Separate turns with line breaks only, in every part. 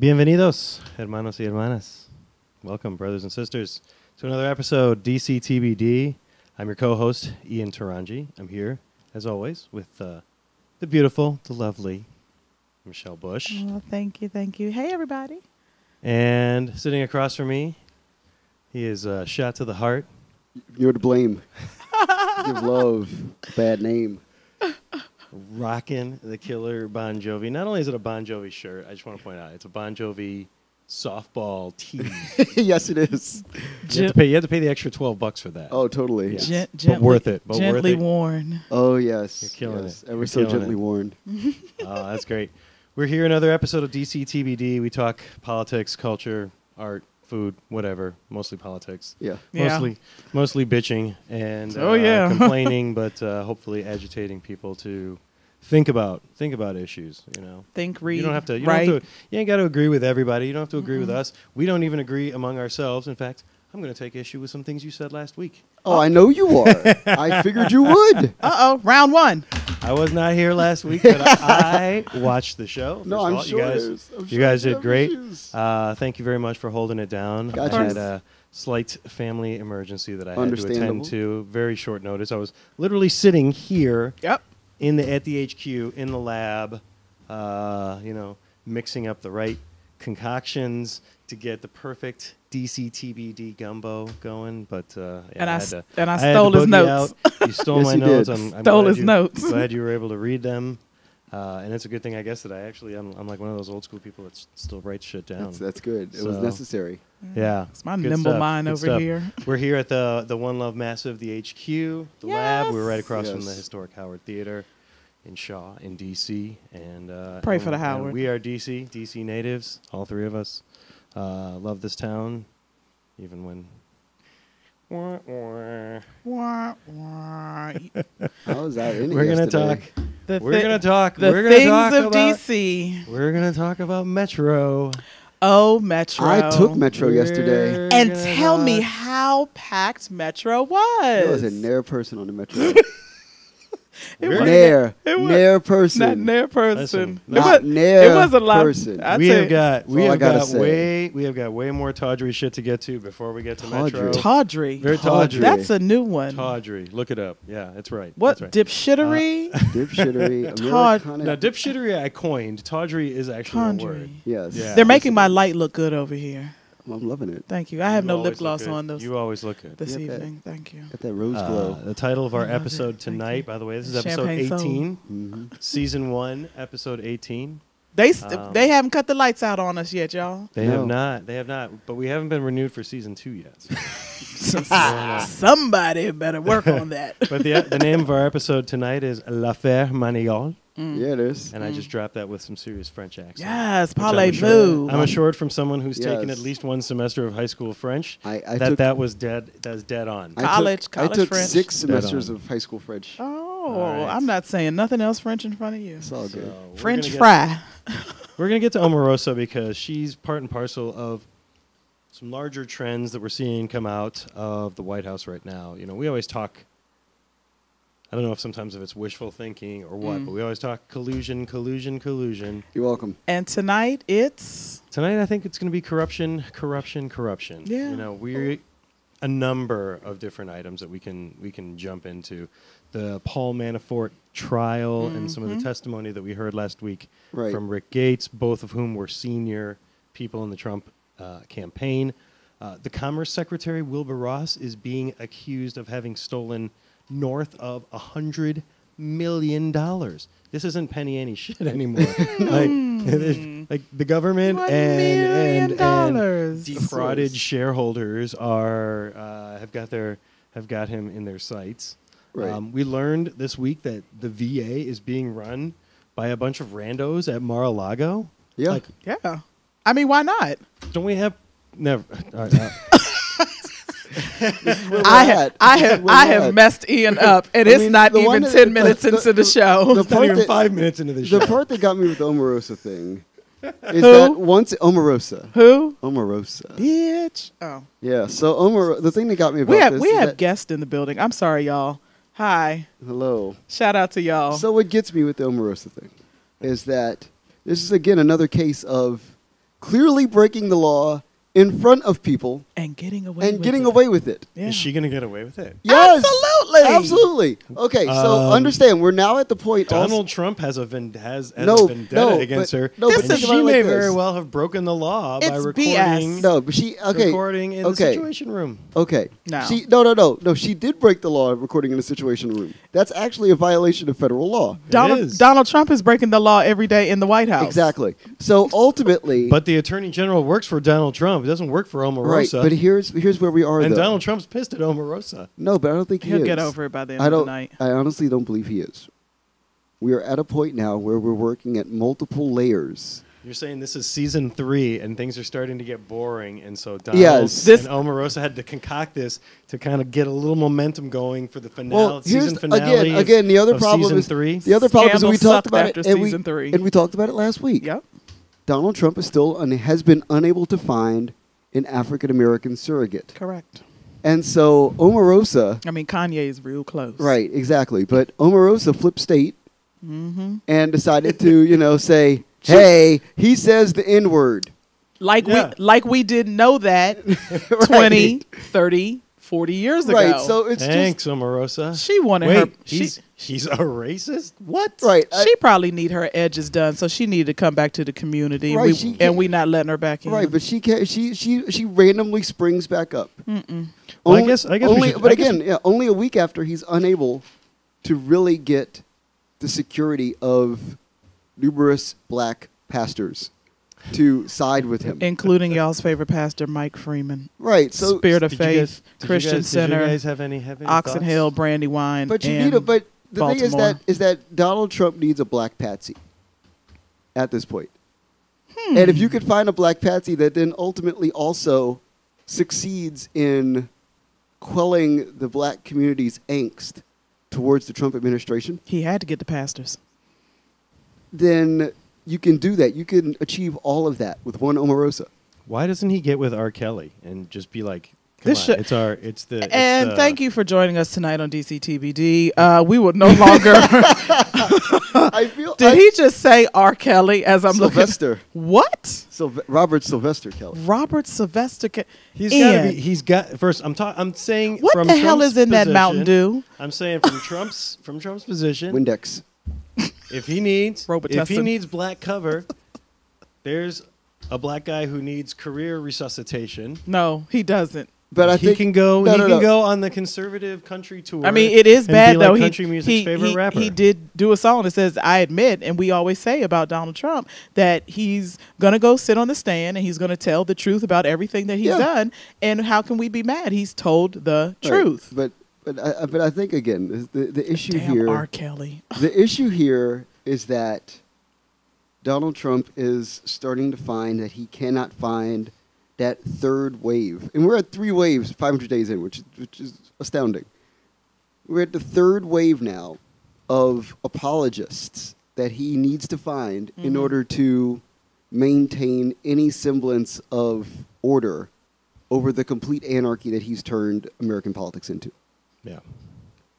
Bienvenidos, hermanos y hermanas. Welcome, brothers and sisters, to another episode DCTBD. I'm your co-host Ian Taranji. I'm here, as always, with uh, the beautiful, the lovely Michelle Bush,
Oh, thank you, thank you. Hey, everybody.
and sitting across from me, he is uh, shot to the heart.
You're to blame. Give love a bad name.
Rockin' the killer Bon Jovi. Not only is it a Bon Jovi shirt, I just want to point out it's a Bon Jovi softball tee. you, have
yes, it is.
to pay, you have to pay the extra twelve bucks for that.
Oh, totally.
Yeah.
Gen-
But
gently-
worth it, but worth
gently
it.
worn.
Oh, yes.
You're killing
yes.
it.
Ever
You're
so
killing
gently
it.
warned.
Oh, that's great. We're here another episode of DC TBD. We talk politics, culture, art, food, whatever. Mostly politics.
Yeah.
Yeah.
Mostly, mostly bitching and
Oh,
uh,
yeah.
complaining, but uh, hopefully agitating people to think about think about issues. You know,
Think, read.
you don't have to. You
write.
don't have to. You ain't got to agree with everybody. You don't have to agree with us. We don't even agree among ourselves. In fact, I'm going to take issue with some things you said last week.
Oh, I know you are. I figured you would.
Uh oh, round one.
I was not here last week, but I watched the show. First
No,
of
I'm
all,
sure
you guys,
there's- I'm
you
sure
guys
there's
did great.
issues.
Uh, thank you very much for holding it down.
Gotcha.
I had a slight family emergency that I had to attend
Understandable.
to. Very short notice. I was literally sitting here
Yep.
in the at the HQ in the lab, uh, you know, mixing up the right concoctions to get the perfect DCTBD gumbo going. But uh, yeah,
And I
had
s-
to-
and I
had to
stole his
boogie
notes.
Out. You stole
Yes,
my
you
notes.
did.
I'm, I'm
Stole
glad
his
you,
notes.
glad you were able to read them. Uh, and it's a good thing, I guess, that I actually I'm, I'm like one of those old school people that s- still writes shit down.
That's, that's good. It was
So-
necessary.
Yeah,
It's my
Good
nimble
stuff.
mind
Good
over
stuff.
here.
We're here at the the One Love Massive, the HQ, the lab. We were right
Yes.
across from the
Yes.
historic Howard Theater in Shaw, in DC, and uh,
Pray
and-
for the
and
Howard.
we are DC, DC natives, all three of us. Uh, love this town, even when. Wah, wah.
Wah, wah.
I was out in it
We're gonna
yesterday.
talk.
The
We're
thi-
gonna talk.
The
we're
things
gonna talk
of
about.
DC.
We're gonna talk about Metro.
Oh, Metro.
I took Metro yesterday.
We're
And
gonna
tell me
talk-
how packed Metro
There
was.
was a
It
nair person on the Metro.
We're-
wasn't-
nair.
it was-
Nair person.
Not nair person.
Listen,
it, was,
Not nair
it was a lot.
person.
I
we
tell
have
you-
got we
all I
have
gotta
got
say.
way we have got way more tawdry shit to get to before we get to Metro.
Tawdry.
Tawdry.
Very tawdry.
That's a new one.
Tawdry. Look it up. Yeah, that's right.
What
That's right. Uh,
dipshittery?
Dipshittery.
Todd-
Americana.
now dipshittery I coined. Tawdry is actually a word.
Tawdry.
Yes.
Yeah.
They're making my light look good over here.
I'm loving it.
Thank you. I have
You
no
always
lip
look
gloss
good.
on those
You always look good.
this
Yeah, bet.
evening. Thank you.
Got that rose
Uh,
glow.
the title of our
love it.
episode
Thank you.
tonight, by the way, this is episode
Champagne soul.
18,
hmm
season 1, episode 18.
They st-
Um,
they haven't cut the lights out on us yet, y'all.
They
No.
have not. They have not, but we haven't been renewed for season 2 yet.
Somebody better work on that.
but the the name of our episode tonight is L'affaire Maniol,
Mm.
Yeah, it is.
and I just dropped that with some serious French accent.
yes,
which I'm
parlez-vous.
assured- I'm assured from someone who's taken
Yes.
at least one semester of high school French
I, I
that
took
that was dead. That's dead on.
I
College-
took,
college
I took
French.
six
Dead
semesters
on.
of high school French.
oh,
All right.
I'm not saying nothing else French in front of you.
It's all
So
good.
we're
French
gonna get-
fry.
We're gonna get to Omarosa because she's part and parcel of some larger trends that we're seeing come out of the White House right now. You know, we always talk. I don't know if sometimes if it's wishful thinking or what,
Mm.
but we always talk collusion, collusion, collusion.
You're welcome.
And tonight it's
Tonight, I think it's going to be corruption, corruption, corruption.
Yeah.
You know, we're a number of different items that we can we can jump into. The Paul Manafort trial and some of the testimony that we heard last week
Right.
from Rick Gates, both of whom were senior people in the Trump uh, campaign. Uh, the Commerce Secretary Wilbur Ross is being accused of having stolen north of a hundred million dollars. This isn't penny any shit anymore. like, like the government
One
and,
million
and, and
dollars.
defrauded shareholders are uh, have got their have got him in their sights.
Right.
Um, we learned this week that the VA is being run by a bunch of randos at Mar-a-Lago.
Yeah.
Like,
yeah. I mean, why not?
don't we have? Never. All right, uh,
Where
I
we're
have
at.
I have
Where
I
we're
have
at.
messed Ian up, and
I
it's
mean,
not
the one
even
that-
ten
the-
minutes
the-
into the,
the-
show.
the-
it's not
part
even
that-
five minutes into the show.
The part that got me with the Omarosa thing is
Who?
that once Omarosa.
Who?
Omarosa.
Bitch. Oh.
Yeah. So Omar, the thing that got me about
We have
this
we
is
have
that-
guests in the building. I'm sorry, y'all. Hi.
hello.
Shout out to y'all.
So what gets me with the Omarosa thing is that this is again another case of clearly breaking the law in front of people
and getting away
and
with
getting
it.
away with it.
Yeah.
Is she going to get away with it?
Yes.
Absolutely.
Absolutely. Okay, so
Um,
understand we're now at the point
Donald
also-
Trump has a vend- has, has
No,
a vendetta
no,
against
but-
her.
no,
This
and
is-
she
about it like
may
this.
very well have broken the law by
It's
recording,
BS.
No, but she okay.
recording in
okay.
the Situation Room.
Okay.
No.
She no no no no. She did break the law of recording in a situation room. That's actually a violation of federal law.
Donald
is.
Donald Trump is breaking the law every day in the White House.
Exactly. So ultimately,
But the Attorney General works for Donald Trump. It doesn't work for
right.
Omarosa.
But here's here's where we are.
and
though.
Donald Trump's pissed at Omarosa.
No, but I don't think he
He'll
is.
get over it by the end
I
of
don't.
the night.
I honestly don't believe he is. We are at a point now where we're working at multiple layers.
You're saying this is season three and things are starting to get boring, and so Donald
Yes.
This-
and Omarosa had to concoct this to kind of get a little momentum going for the finale.
Well, here's
season finale
again.
of-
Again, the other
of
problem
season
is
three.
the other problem is
Scandal
we talked
sucked
about
after
it and we
season three.
and we talked about it last week.
Yep.
Donald Trump is still un- has been unable to find an African American surrogate,
Correct.
and so Omarosa,
I mean, Kanye is real close.
right, exactly. But Omarosa flipped state
Mm-hmm.
and decided to, you know, say, "Hey, he says the N word."
Like
Yeah.
we like we didn't know that 20, 30, 40 years ago.
right? So it's
Thanks, Omarosa.
She wanted
Wait,
her-
She's she's a racist. What?
just right. I-
she probably need her edges done, so she needed to come back to the community,
Right,
we-
she can't-
and we not letting her back in.
Right, but she can she she she randomly springs back up.
Mm-mm.
Well, I guess- I guess we
only,
should-
but
I guess-
again, yeah, only a week after he's unable to really get the security of numerous black pastors to side with him.
including y'all's favorite pastor, Mike Freeman,
right, so
Spirit of
Did you guys- did
Faith
you
Christian
guys-
Center,
Did you guys have any have any
Oxon
thoughts?
Hill, Brandywine.
But you
and
need a but the thing is
Baltimore.
that is that Donald Trump needs a black patsy at this point.
Hmm.
And if you could find a black patsy that then ultimately also succeeds in quelling the black community's angst towards the Trump administration,
he had to get the pastors.
then you can do that. You can achieve all of that with one Omarosa.
Why doesn't he get with R. Kelly and just be like, "Come
This
on,
should-
it's our, it's the." it's uh,
And
the-
thank you for joining us tonight on DCTBD. Uh, we will no longer.
Uh,
I feel
Did
I,
he just say R. Kelly as I'm
Sylvester.
looking? What?
Sylve- Robert Sylvester Kelly.
Robert Sylvester. Ca-
He's got to
Ian,
be. He's got first. I'm talking. I'm saying.
What
from
the hell
Trump's
is in that Mountain
position-
Dew?
I'm saying from Trump's from Trump's position.
Windex.
if he needs if he
Robitussin.
needs black cover, there's a black guy who needs career resuscitation.
No, he doesn't.
But I
he
think
can go.
No,
he
no,
can
no.
go on the conservative country tour.
I mean, it is
and be
bad
like
though. He-
country music's
he,
favorite
he,
rapper.
he did do a song that says, "I admit," and we always say about Donald Trump that he's gonna go sit on the stand and he's gonna tell the truth about everything that he's
Yeah.
done. And how can we be mad? He's told the
Right.
truth.
But but I, I- but I think again the the issue
Damn,
here
R. Kelly.
the issue here is that Donald Trump is starting to find that he cannot find that third wave. And we're at three waves 500 days in, which, which is astounding. We're at the third wave now of apologists that he needs to find in order to maintain any semblance of order over the complete anarchy that he's turned American politics into
yeah.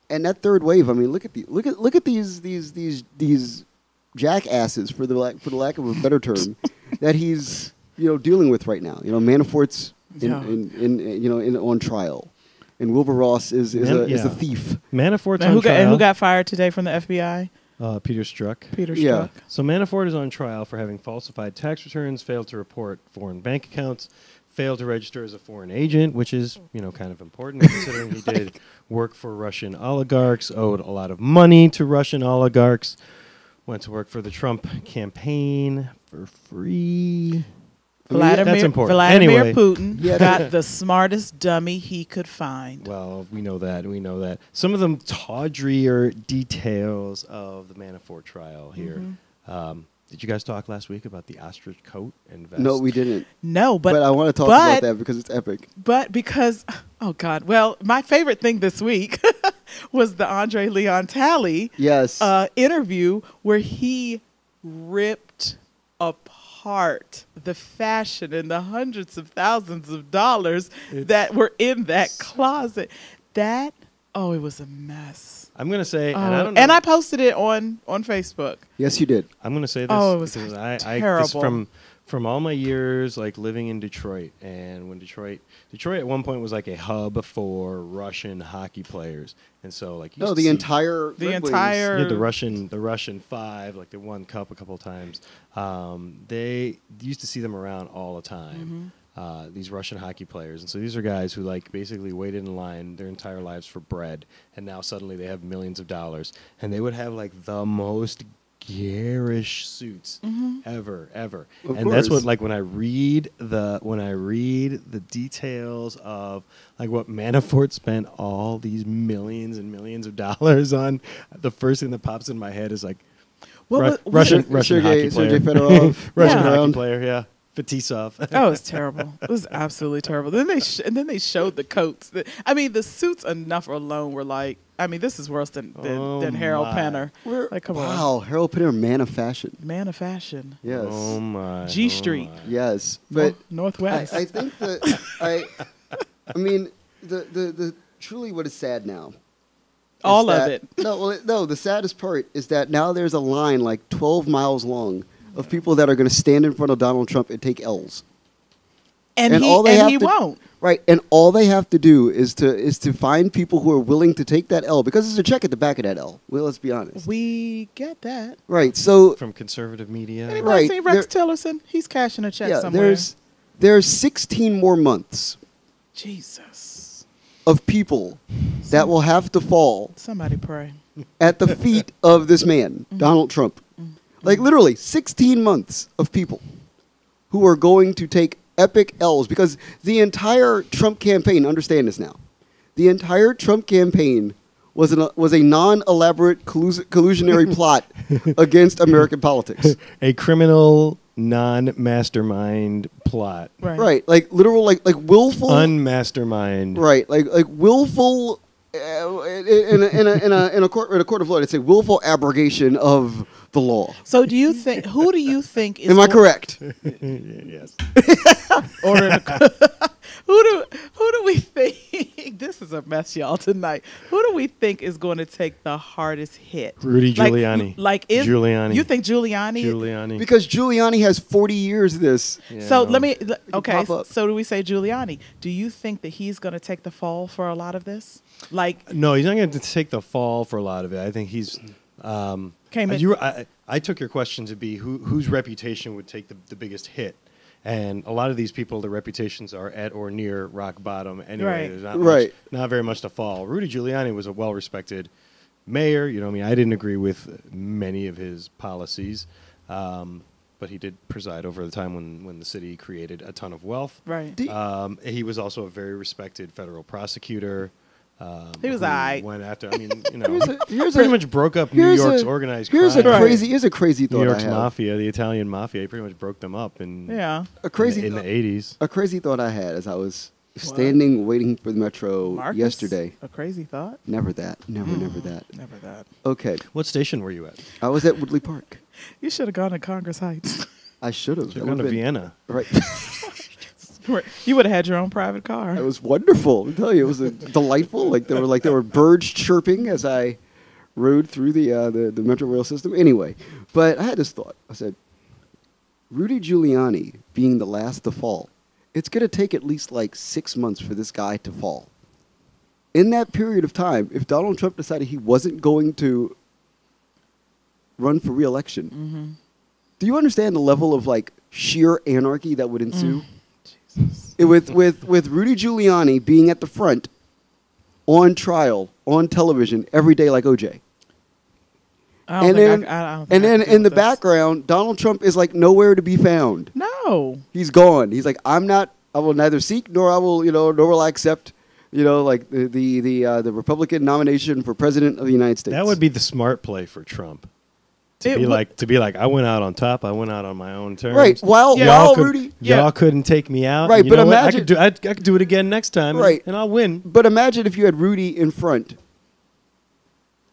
and that third wave. I mean, look at the look at look at these these these these jackasses for the lack for the lack of a better term that he's you know dealing with right now. You know, Manafort's in,
Yeah.
in, in, you know in, on trial, and Wilbur Ross is is,
Man-
a, is
yeah.
a thief.
Manafort's
And
on
who, got,
trial.
and who got fired today from the FBI?
uh, Peter Strzok.
Peter
Yeah.
Strzok.
So Manafort is on trial for having falsified tax returns, failed to report foreign bank accounts, failed to register as a foreign agent, which is, you know, kind of important considering he did work for Russian oligarchs, owed a lot of money to Russian oligarchs, went to work for the Trump campaign for free.
I mean, yeah,
Vladimir,
that's important.
Vladimir
Anyway.
Putin
Yeah.
got the smartest dummy he could find.
Well, we know that. We know that. Some of the tawdrier details of the Manafort trial here.
Mm-hmm.
Um, did you guys talk last week about the ostrich coat and vest?
No, we didn't.
no,
But,
but
I want to talk
but-
about that because it's epic.
but because oh god well my favorite thing this week was the andre leon talley
Yes.
uh, interview where he ripped apart the fashion and the hundreds of thousands of dollars that were in that closet that oh it was a mess
I'm gonna say, and I
Oh,
don't know,
and I posted it on on facebook
yes, you did.
I'm going to say this
Oh, it was
because I, I this
terrible.
from from all my years like living in Detroit and when Detroit Detroit at one point was like a hub for Russian hockey players. And so like you
No,
used
the
to see-
entire
The
Red Wings-
entire-
yeah, the Russian the Russian five, like they won cup a couple of times. Um, they used to see them around all the time. Uh, these Russian hockey players, and so these are guys who like basically waited in line their entire lives for bread, and now suddenly they have millions of dollars, and they would have like the most garish suits ever, ever,
Of
and that's what
course.
like when I read the when I read the details of like what Manafort spent all these millions and millions of dollars on, the first thing that pops in my head is like
What
Ru-
was- what-
Russian
Ser-
Russian
Sergey-
hockey player,
Sergey Fedorov
Russian
Yeah.
hockey
around.
player, yeah, Fetisov.
Oh, it's terrible. It was absolutely terrible. Then they sh- and then they showed the coats. The- I mean, the suits enough alone were like. I mean, this is worse than than,
Oh,
than Harold
my.
Penner.
We're-
Like, come
wow, Harold Pinter, man of fashion.
on, man of fashion.
Yes.
Oh
Um,
my
G
oh
Street.
my.
Yes, but
Nor- Northwest.
I, I think that I, I mean, the, the, the truly what is sad now. is
All of
that-
it.
No, well, it- no. The saddest part is that now there's a line like 12 miles long of people that are going to stand in front of Donald Trump and take L's.
and,
and
he
all they
and
have
he
to-
won't.
Right, and all they have to do is to is to find people who are willing to take that L because there's a check at the back of that L. Well, let's be honest.
We get that.
Right, so
from conservative media.
Anybody
Right,
seen Rex
there-
Tillerson? He's cashing a check
yeah,
somewhere.
there's there's 16 more months
Jesus.
of people that will have to fall
Somebody pray.
at the feet of this man, Donald Trump. Like literally 16 months of people who are going to take epic L's because the entire Trump campaign, understand this now, the entire Trump campaign was, an, was a non elaborate collus- collusionary plot against American politics.
A criminal non-mastermind plot,
Right.
Right, like literal, like like willful,
unmastermind.
right, like like willful, uh, in, a, in, a, in a in a court in a court of law, it's a willful abrogation of the law.
So do you think? Who do you think is?
Am I
go-
correct?
yes.
Or who do who do we think? This is a mess, y'all. Tonight, who do we think is going to take the hardest hit?
Rudy
Like-
Giuliani.
Like, is
Giuliani.
You think Giuliani?
Giuliani.
Because Giuliani has 40 years of this.
So
Yeah.
let me. le-
can
Okay.
pop up.
So do we say Giuliani? Do you think that he's going to take the fall for a lot of this? Like,
No, he's not going to take the fall for a lot of it. I think he's. Um,
Came in-
you, I, I took your question to be who, whose reputation would take the, the biggest hit. And a lot of these people, their reputations are at or near rock bottom anyway.
Right.
There's not,
Right.
much, not very much to fall. Rudy Giuliani was a well respected mayor. You know, I mean, I didn't agree with many of his policies, um, but he did preside over the time when, when the city created a ton of wealth.
right?
Do-
Um, he was also a very respected federal prosecutor. Um,
He was
who
aight.
Went after. I mean, you know,
Here's a- here's
pretty
a-
much broke up New York's
a,
organized
Here's
crime.
a crazy. Here's a crazy thought.
New York's
I have.
mafia, the Italian mafia. He pretty much broke them up in
yeah.
A crazy.
in, the- in the eighties.
a crazy thought I had as I was standing waiting for the metro
Marcus?
yesterday. Mm-hmm.
A crazy thought.
Never that. Never. Never
Hmm.
that.
Never that.
Okay.
What station were you at?
I was at Woodley Park.
You should have gone to Congress Heights.
I should have.
You're going to Vienna.
Right.
Right. you would have had your own private car.
it was wonderful. I tell you, it was a, delightful. Like there were like there were birds chirping as I rode through the uh, the, the metro rail system. Anyway, but I had this thought. I said, Rudy Giuliani being the last to fall, it's going to take at least like six months for this guy to fall. In that period of time, if Donald Trump decided he wasn't going to run for reelection, do you understand the level of like sheer anarchy that would ensue?
Jesus.
It- Eh, with with with Rudy Giuliani being at the front, on trial, on television every day like OJ,
I don't think
And then-
I, I, I don't think
and
I
then
could deal
in the
with this.
background, Donald Trump is like nowhere to be found.
No.
He's gone. He's like, I'm not. I will neither seek nor I will you know nor will I accept you know like the the the, uh, the Republican nomination for president of the United States.
That would be the smart play for Trump. To
It
be
would-
like to be like I went out on top. I went out on my own terms.
Right, while-
Y'all
while
could-
Rudy-
Yeah.
y'all couldn't take me out.
Right,
you
but
know what? I
imagine-
could do. I, I could do it again next time. and-
Right.
and I'll win.
But imagine if you had Rudy in front,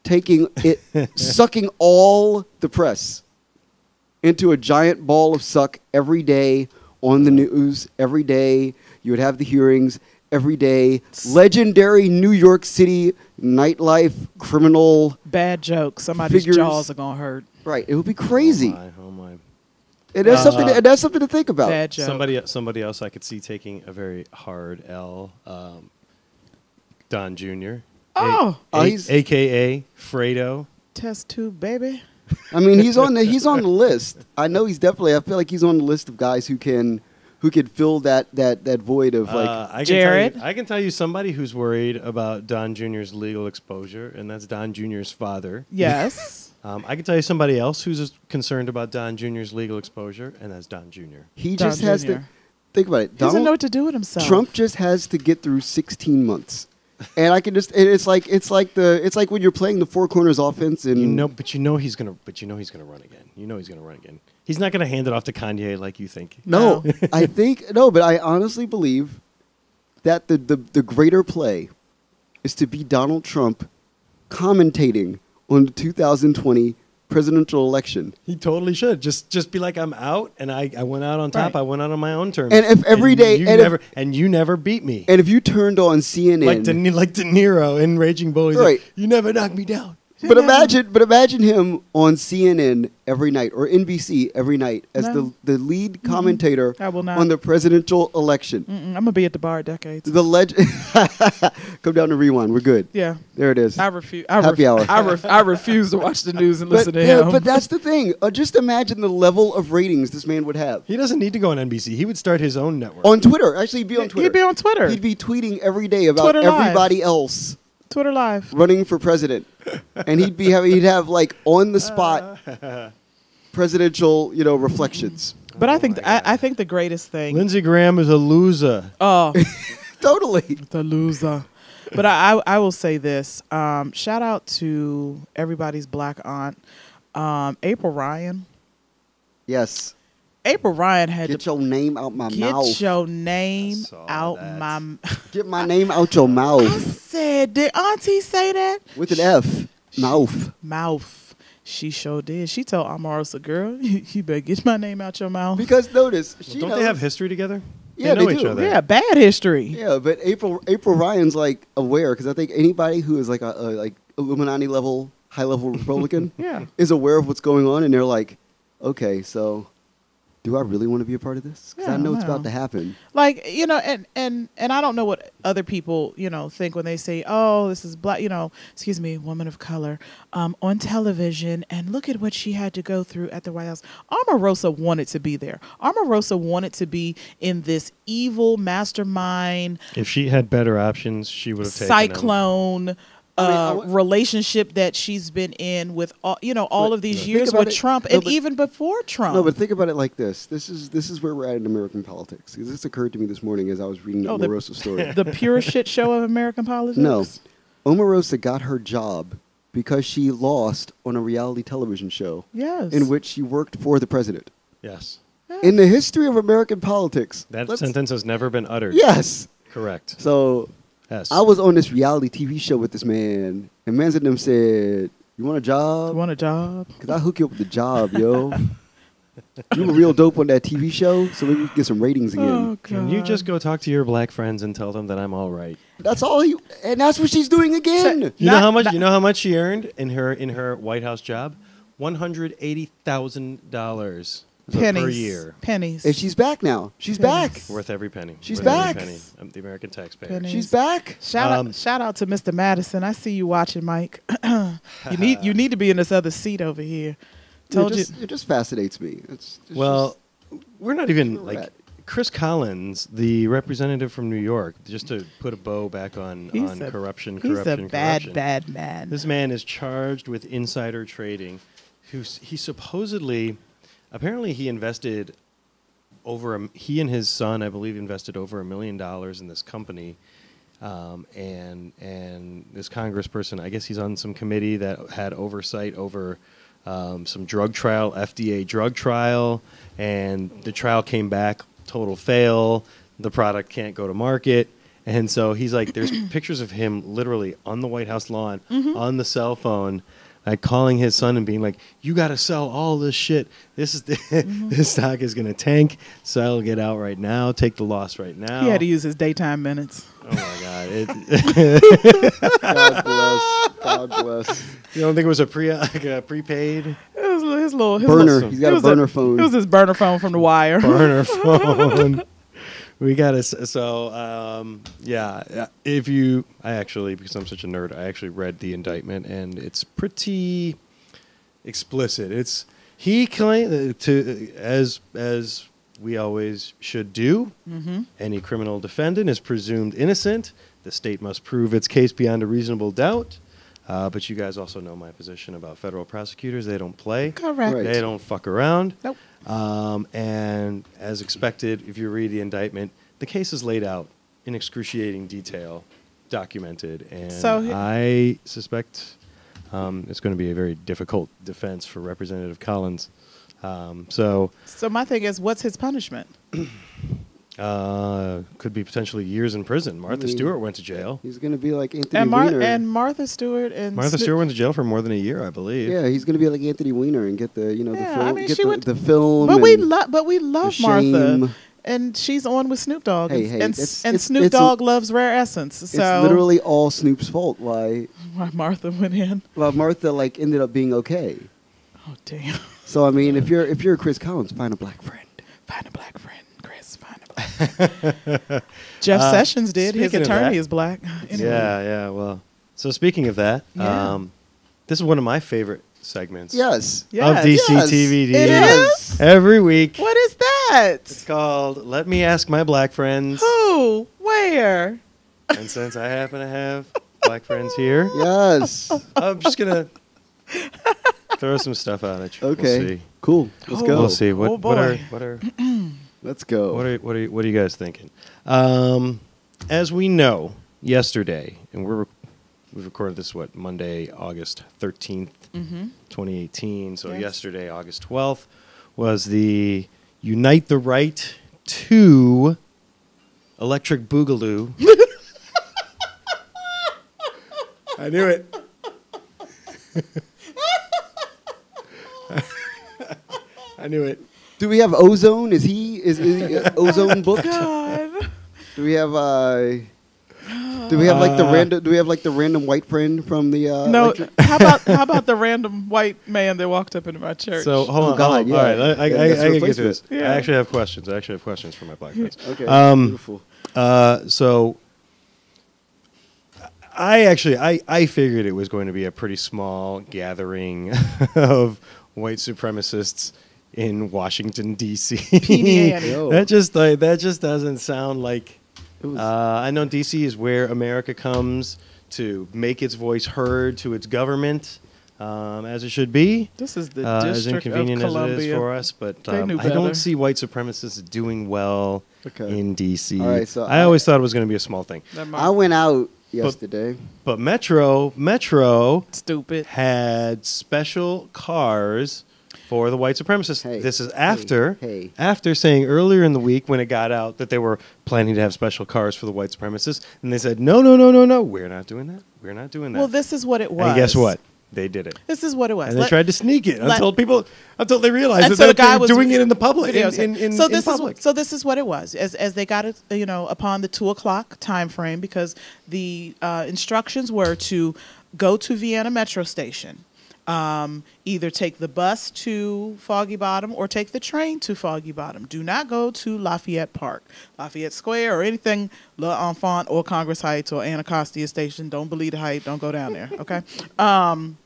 taking it, sucking all the press into a giant ball of suck every day on the news, every day. You would have the hearings every day. Legendary New York City nightlife criminal.
Bad joke. Somebody's
Figures.
jaws are gonna hurt.
Right, it would be crazy.
Oh my, oh my.
And that's something.
Uh,
and that's something to think about.
Bad joke.
Somebody, somebody else I could see taking a very hard L. Um, Don Jr. A-
Oh.
A-
Oh, he's-
AKA Fredo.
Test tube, baby.
I mean, he's on the he's on the list. I know he's definitely. I feel like he's on the list of guys who can who could fill that that that void of like.
Uh, I can
Jared?
Tell you, I can tell you somebody who's worried about Don Jr.'s legal exposure, and that's Don Jr.'s father.
Yes.
Um, I can tell you somebody else who's as concerned about Don Jr.'s legal exposure, and that's Don Jr.
he
Don
just has
Jr..
to think about it.
he doesn't know
Donald
what to do with himself.
Trump just has to get through 16 months, and I can just. And it's like it's like the it's like when you're playing the four corners offense and
You know, but you know he's gonna, but you know he's gonna run again. You know he's gonna run again. He's not gonna hand it off to Kanye like you think.
No,
No.
I think no, but I honestly believe that the, the the greater play is to be Donald Trump commentating on the 2020 presidential election.
He totally should just just be like, I'm out, and I, I went out on top.
Right.
I went out on my own terms.
And if every
and
day-
you
and if-
never and you never beat me,
And if you turned on CNN,
like De, like De Niro in Raging Bull, he's
Right.
like, you never knocked me down.
but imagine, but imagine him on CNN every night or NBC every night as
No. Mm-hmm.
the the lead commentator
I will not. Mm.
on the presidential election.
Mm-mm, I'm gonna be at the bar decades.
The legend. Come down to rewind. We're good.
Yeah.
There it is.
I refuse. I,
Happy
ref-
hour.
I, ref- I refuse to watch the news and
but,
listen to
yeah,
him.
but that's the thing. Uh, just imagine the level of ratings this man would have
He doesn't need to go on NBC. He would start his own network.
on Twitter. Actually, he'd be on Twitter.
He'd be on Twitter.
He'd be tweeting every day about
Twitter Live.
everybody else
Twitter live.
running for president, and he'd be having he'd have like on the spot presidential you know reflections.
But
Oh
I think
my
th- I,
God.
I think the greatest thing.
Lindsey Graham is a loser.
oh,
totally.
the loser. But I, I, I will say this. Um, shout out to everybody's black aunt, um, April Ryan.
Yes.
April Ryan had
Get
to
your name out my
get
mouth.
your name
saw
out
that.
my. m-
Get my name out your
I
mouth
said, did Auntie say that?
with an F. Mouth.
Mouth. She sure did. She told Amara Segura, you, you better get my name out your mouth.
Because notice, she
Don't
knows,
they have history together?
Yeah,
they know
they
each
do.
other.
yeah, bad history.
Yeah, but April April Ryan's like aware because I think anybody who is like a, a like Illuminati level, high level Republican,
Yeah.
is aware of what's going on, and they're like, okay, so do I really want to be a part of this? Because
Yeah,
I know it's
no.
about to happen.
like you know and and and i don't know what other people you know think when they say oh this is black you know excuse me woman of color um on television and look at what she had to go through at the white house Omarosa wanted to be there Omarosa wanted to be in this evil mastermind
If she had better options, she would have taken them.
cyclone
I mean, I
uh,
wa-
relationship that she's been in with all you know all
But-
of these
Think
years
about
with
it.
Trump
No,
and
but-
even before Trump.
No, but think about it like this: this is this is where we're at in American politics. 'Cause this occurred to me this morning as I was reading the
Oh, the-
Omarosa story.
the pure shit show of American politics.
no, Omarosa got her job because she lost on a reality television show
Yes.
in which she worked for the president.
Yes.
In the history of American politics,
That
let's-
sentence has never been uttered.
Yes.
Correct.
So
yes.
I was on this reality TV show with this man, and man's in them said, "You want a job?
You want a job?
Cause I hook you up with a job, yo. you were real dope on that TV show, so maybe we can get some ratings
Oh,
again."
Can you just go talk to your black friends and tell them that I'm all right?
That's all he, and that's what she's doing again.
You know
Not-
how much
not-
you know how much she earned in her in her White House job? One hundred eighty thousand dollars
pennies
per year,
Pennies.
And she's back now. She's back.
Goodness.
worth every penny.
She's
worth every
back.
penny. I'm the American taxpayer.
Penny.
She's back.
shout
Um,
out shout out to Mr. Madison. I see you watching, Mike. you need you need to be in this other seat over here. Told
it just,
you
It just fascinates me. It's, it's
Well,
just-
we're not even
where we're
like
at.
Chris Collins, the representative from New York. Just to put a bow back on
He's
on
a-
corruption,
he's
corruption,
a bad,
corruption.
bad man.
This man is charged with insider trading. Who s- he supposedly, apparently, he invested over a, m- he and his son, I believe, invested over a million dollars in this company. Um, and and this congressperson, I guess he's on some committee that had oversight over um, some drug trial, FDA drug trial, and the trial came back total fail. The product can't go to market. And so he's like, there's Mm-hmm. pictures of him literally on the White House lawn, on the cell phone, like calling his son and being like, "You got to sell all this shit. This is the, this stock is gonna tank. Sell, get out right now. Take the loss right now."
He had to use his daytime minutes.
oh my god! It,
God bless. God bless.
you don't think it was a pre like a prepaid?
It was, his his little his
burner.
Little,
awesome.
He's got
it
a
was
burner phone.
It was his burner phone from The Wire.
burner phone. We got to so um, yeah. uh, If you, I actually because I'm such a nerd, I actually read the indictment and it's pretty explicit. It's he claim uh, to as as we always should do. Any criminal defendant is presumed innocent. The state must prove its case beyond a reasonable doubt. Uh, but you guys also know my position about federal prosecutors. They don't play.
Correct.
Right.
They don't fuck around.
Nope.
Um, and as expected, if you read the indictment, the case is laid out in excruciating detail, documented, and
So he-
I suspect um, it's going to be a very difficult defense for Representative Collins. Um, so
So my thing is, what's his punishment?
uh, could be potentially years in prison. Martha
mean-
Stewart went to jail.
He's gonna be like Anthony
And, Mar-
Weiner.
and Martha Stewart and
Martha
Snoop-
Stewart went to jail for more than a year, I believe.
yeah, he's gonna be like Anthony Weiner and get the you know
Yeah, I
the film,
mean,
get
she
the,
went-
the film.
But we
and-
love, but we love
the
Martha,
shame.
and she's on with Snoop Dogg,
Hey,
and,
hey,
and,
it's-
and
it's-
Snoop
it's a-
Dogg loves Rare Essence. So
It's literally all Snoop's fault. Why?
why Martha went in.
Well, Martha like ended up being okay.
Oh damn!
So I mean, if you're if you're Chris Collins, find a black friend.
Find a black friend, Chris. Find a black. friend. Jeff Sessions did. His
Uh, speaking of
attorney
that-
is black. Anyway.
yeah, yeah. Well, so speaking of that,
Yeah.
um, this is one of my favorite segments.
Yes.
of
Yes.
DC
Yes,
TVD.
it is?
Every week.
What is that?
It's called Let Me Ask My Black Friends.
Who? Where?
and since I happen to have black friends here,
Yes.
I'm just going to throw some stuff out at you.
Okay.
We'll see.
Cool. Let's
Oh.
go.
We'll see. What,
Oh,
what are
boy.
what are
Let's go.
what are what are what are you guys thinking? Um, as we know, yesterday, and we're we recorded this what Monday, August 13th 2018. So
Yes.
yesterday, August twelfth, was the Unite the Right to Electric Boogaloo. I knew it. I knew it.
Do we have ozone? Is he is, is he- uh, ozone booked?
God.
Do we have uh? Do we have like the
Uh.
random? Do we have like the random white friend from the? Uh,
no.
electric-
how about how about the random white man that walked up into my church?
So hold on.
Oh, God,
hold on. All right,
yeah.
I, I, I,
Yeah,
I
that's
gotta get to
replacement.
this.
Yeah.
I actually have questions. I actually have questions for my black friends.
Okay.
Um,
beautiful.
Uh, so I actually I, I figured it was going to be a pretty small gathering of white supremacists in Washington D.C.
PDA
E.
and-
Yo.
that just like, that just doesn't sound like.
It was-
Uh, I know D.C. is where America comes to make its voice heard to its government, um, as it should be.
This is the
Uh, as
District of
inconvenient as
Columbia.
it is for us, but
They
um,
knew
I
better.
don't see white supremacists doing well
Okay.
in DC.
All right, so
I,
I-
always thought it was going to be a small thing,
That
I
Mark-
went out yesterday.
but Metro Metro
stupid.
had special cars for the white supremacists.
Hey,
this is
hey,
after
hey.
after saying earlier in the week when it got out that they were planning to have special cars for the white supremacists, and they said no, no, no, no, no, we're not doing that. We're not doing that.
Well, this is what it was.
and guess what? They did it.
This is what it was.
and they
Let-
tried to sneak it
let-
until people until they realized
and
that
so
they're,
the guy
they're
was
doing it in the public in,
videotape.
in, in,
so
in
this
public.
is so this is what it was as as they got it you know upon the two o'clock time frame because the uh, instructions were to go to Vienna Metro Station. Um, either take the bus to Foggy Bottom or take the train to Foggy Bottom. Do not go to Lafayette Park, Lafayette Square, or anything La Enfant or Congress Heights or Anacostia Station. Don't believe the hype. Don't go down there. Okay. Um,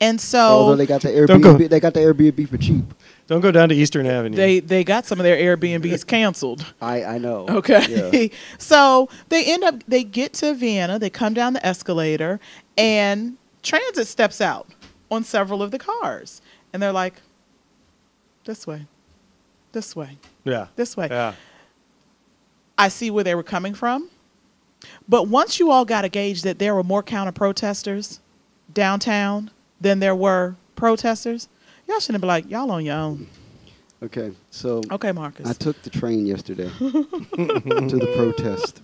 and so
Although they got the
Don't go.
Airbnb, they got the Airbnb for cheap.
Don't go down to Eastern Avenue.
they they got some of their Airbnbs canceled.
I I know. Yeah.
Okay. so they end up, they get to Vienna, they come down the escalator, and transit steps out on several of the cars. And they're like, this way, this way,
yeah.
this way.
Yeah.
I see where they were coming from. But once you all got a gauge that there were more counter protesters downtown than there were protesters, y'all shouldn't be like, y'all on your own.
Okay. So
Okay, Marcus.
I took the train yesterday to the protest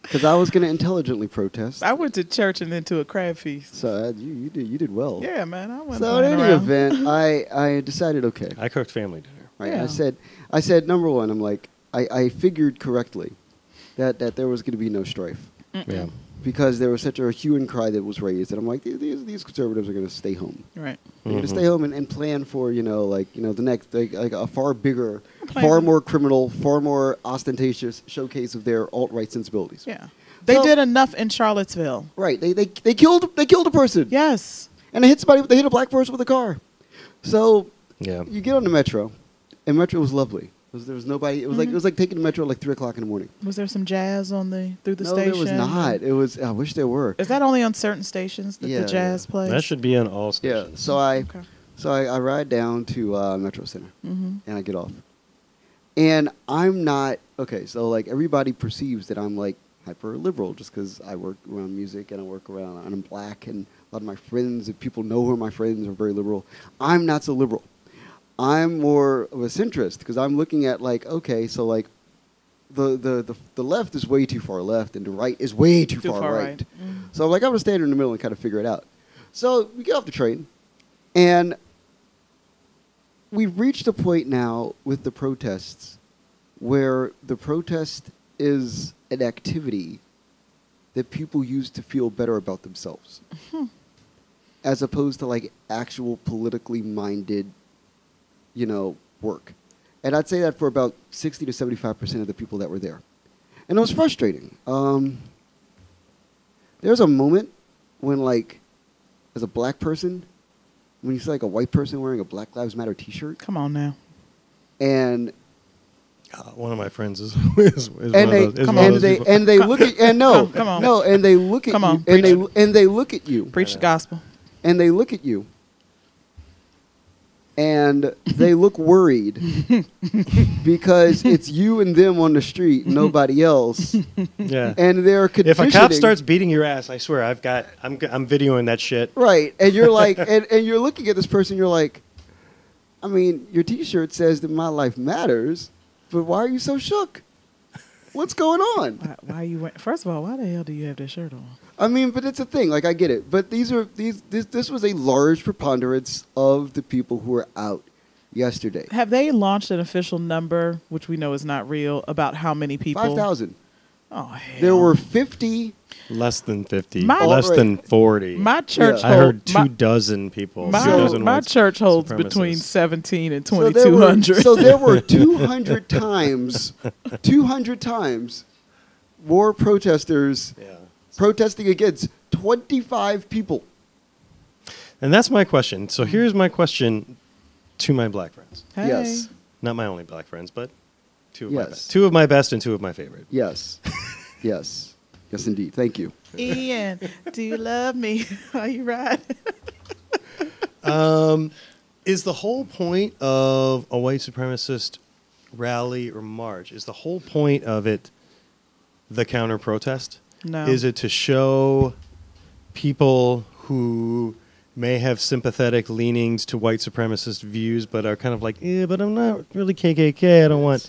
because I was going to intelligently protest.
I went to church and then to a crab feast.
So uh, you you did you did well.
Yeah, man, I went.
So in
running
any
around.
event, I I decided okay.
I cooked family dinner.
Right.
Yeah.
I said, I said, number one, I'm like, I, I figured correctly that, that there was going to be no strife.
Yeah.
because there was such a hue and cry that was raised. And I'm like, these, these these conservatives are going to stay home.
Right.
They're going to
Mhm.
stay home and, and plan for, you know, like, you know, the next, like, like a far bigger,
Plan.
far more criminal, far more ostentatious showcase of their alt-right sensibilities.
Yeah. They
So-
did enough in Charlottesville.
Right. They, they, they killed they killed a person.
Yes.
And they hit somebody, they hit a black person with a car. So
Yeah.
you get on the metro, and metro was lovely. It was- there was nobody. It was
Mm-hmm.
like it was like taking the metro at like three o'clock in the morning.
Was there some jazz on the through the
no,
station?
there was not. It was. I wish there were.
Is that only on certain stations that
Yeah,
the jazz
yeah.
plays?
That should be on all
Yeah.
stations.
So I,
Okay.
so I, I ride down to uh, Metro Center,
Mm-hmm.
and I get off, and I'm not okay. So like everybody perceives that I'm like hyper liberal just because I work around music and I work around and I'm black and a lot of my friends and people know who are my friends are very liberal. I'm not so liberal. I'm more of a centrist because I'm looking at like okay, so like. The, the, the, the left is way too far left, and the right is way too, far, right. Mm-hmm.
Mhm.
So I'm like, I'm gonna stand in the middle and kind of figure it out. So we get off the train, and we've reached a point now with the protests where the protest is an activity that people use to feel better about themselves, as opposed to like actual politically minded, you know, work. And I'd say that for about 60 to 75% of the people that were there. And it was frustrating. Um, there's a moment when like as a black person when you see like a white person wearing a black lives matter t-shirt
Come on now.
and
Uh, one of my friends is, is, is one
and they
of those, is
come
one
on.
of
and
those
they
people.
and they look at and no
Come- come on.
no and they look at
Come
you
on,
and they
preach.
and they look at you
Preach the gospel.
and they look at you and they look worried because it's you and them on the street nobody else
yeah.
and they're
if a
conditioning
cop starts beating your ass, I swear I've got I'm g- I'm videoing that shit.
Right. And you're like, and, and you're looking at this person, you're like, I mean, your t shirt says that my life matters, but why are you so shook? What's going on?
Why, why you went? First of all, why the hell do you have that shirt on?
I mean, but it's a thing. Like, I get it. But these are, these, this, this was a large preponderance of the people who were out yesterday
Have they launched an official number, which we know is not real, about how many people?
5,000.
Oh, hell.
There were 50.
Less than fifty.
My-
less than forty.
my church.
I heard two
hold- my-
dozen people.
My,
two
So-
dozen
my
white
church holds between
supremacists.
17 and
So there were-
2200.
So there were 200 times, 200 times more protesters
Yeah.
protesting against 25 people.
And that's my question. So here's my question to my black friends.
Hey.
Yes.
Not my only black friends, but two of my
Yes.
best. Two of my best and two of my favorite.
Yes. yes. Yes, indeed. Thank you.
Ian, do you love me? Are you right?
Um, is the whole point of a white supremacist rally or march, is the whole point of it the counter protest?
No.
Is it to show people who may have sympathetic leanings to white supremacist views but are kind of like, yeah, but I'm not really KKK. I don't want,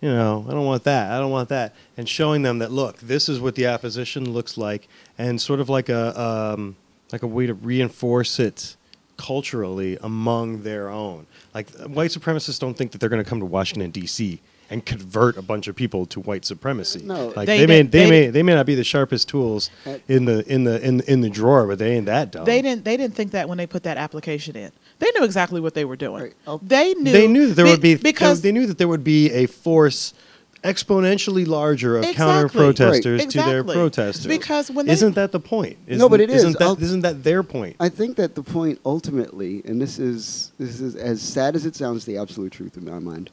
you know, I don't want that. I don't want that. And showing them that, look, this is what the opposition looks like and sort of like a, um, like a way to reinforce it culturally among their own. Like white supremacists don't think that they're going to come to Washington D.C. and convert a bunch of people to white supremacy.
No.
like
They
they, may
didn't-
they,
they-
may they may not be the sharpest tools
Uh,
in the in the in in the drawer, but they ain't that
Oh.
dumb.
They didn't. They didn't think that when they put that application in, they knew exactly what they were doing.
Right. Oh.
They knew.
They knew that there
be-
would be
because
because they knew that there would be a force exponentially larger of
Exactly.
counter protesters
Right.
to their
Exactly.
protesters.
Because when they-
isn't that the point? Isn't,
No, but it is.
Isn't that,
I'll-
isn't that their point?
I think that the point ultimately, and this is this is as sad as it sounds, the absolute truth in my mind.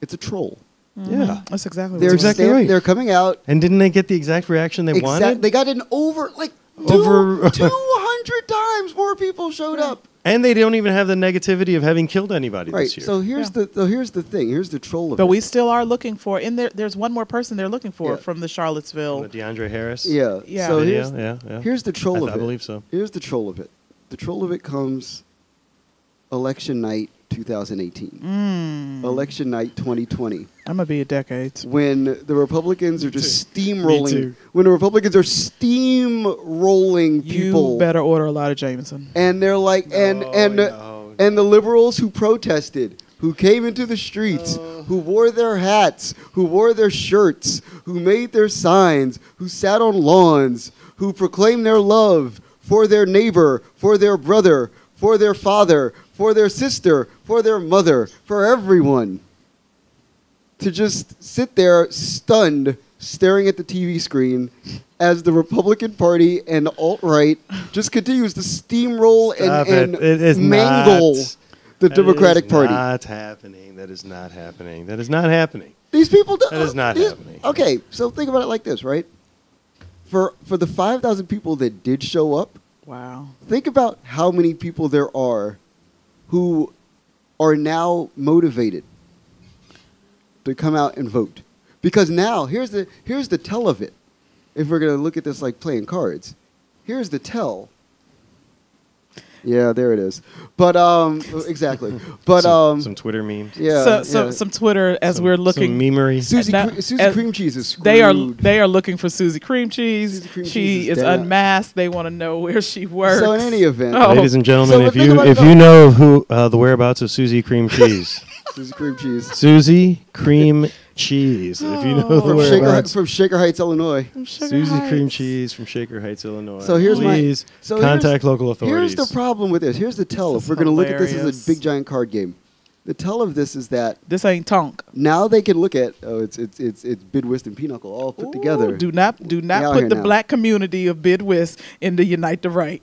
It's a troll. Mm-hmm.
yeah.
Mm-hmm. that's exactly.
They're
what
exact- exactly right.
They're coming out.
And didn't they get the exact reaction they
exact-
wanted?
They got an over like
Over-
two hundred times more people showed up.
and they don't even have the negativity of having killed anybody
Right.
this year.
So here's
Yeah.
the so here's the thing. Here's the troll of
But
it.
we still are looking for. And there, there's one more person they're looking for
Yeah.
from the Charlottesville.
the DeAndre Harris.
yeah.
Yeah.
So
video,
here's,
yeah, yeah.
Here's the troll
I
of
th-
it.
I believe so.
Here's the troll of it. The troll of it comes election night 2018,
Mm.
election night 2020,
I'm gonna be a decade.
when the Republicans are just steamrolling.
too.
When the Republicans are steamrolling people,
You better order a lot of Jameson.
and they're like, and
No,
and
no.
and the liberals who protested, who came into the streets, who wore their hats, who wore their shirts, who made their signs, who sat on lawns, who proclaim their love for their neighbor, for their brother, for their father, for their sister, for their mother, for everyone. To just sit there stunned, staring at the TV screen as the Republican Party and alt right just continues to steamroll
Stop
and,
it. It is
and mangle
not-
the
That
Democratic
is
Party.
Not happening. That is not happening. That is not happening.
These people don't.
That is not
these-
happening.
Okay, so think about it like this, right? For for the five thousand people that did show up,
Wow.
think about how many people there are who are now motivated to come out and vote. Because now here's the here's the tell of it. If we're gonna look at this like playing cards, here's the tell. Yeah, there it is. But um, exactly. But
some,
um,
some Twitter memes.
yeah,
so, so
yeah.
some Twitter as
Some-
we're
some
looking.
memery.
Susie,
Now-
Cre- Susie
as-
cream cheese is screwed.
they are they are looking for Susie Cream Cheese.
Susie Cream
she
Cheese is
is
dead.
unmasked. They want to know where she works.
So in any event,
Oh.
Ladies and gentlemen,
So
if
think
you
about it
if
though.
you know who uh, the whereabouts of Susie Cream Cheese,
Susie cream cheese
Susie Cream Cheese. If you know the
Oh, from Shaker,
whereabouts,
from Shaker Heights, Illinois.
From Sugar
Susie Cream
Heights.
Cheese from Shaker Heights, Illinois.
So here's my-
please
so here's-
contact local authorities.
Here's the problem with this. Here's the tell.
This
If
is
we're going to look at this as
hilarious.
a big giant card game, the tell of this is that
This ain't Tonk.
now they can look at oh, it's it's it's it's Bidwist and Pinochle all put
Ooh,
together.
Do not do
We
not
out here
put the
now.
black community of Bidwest in the Unite the Right.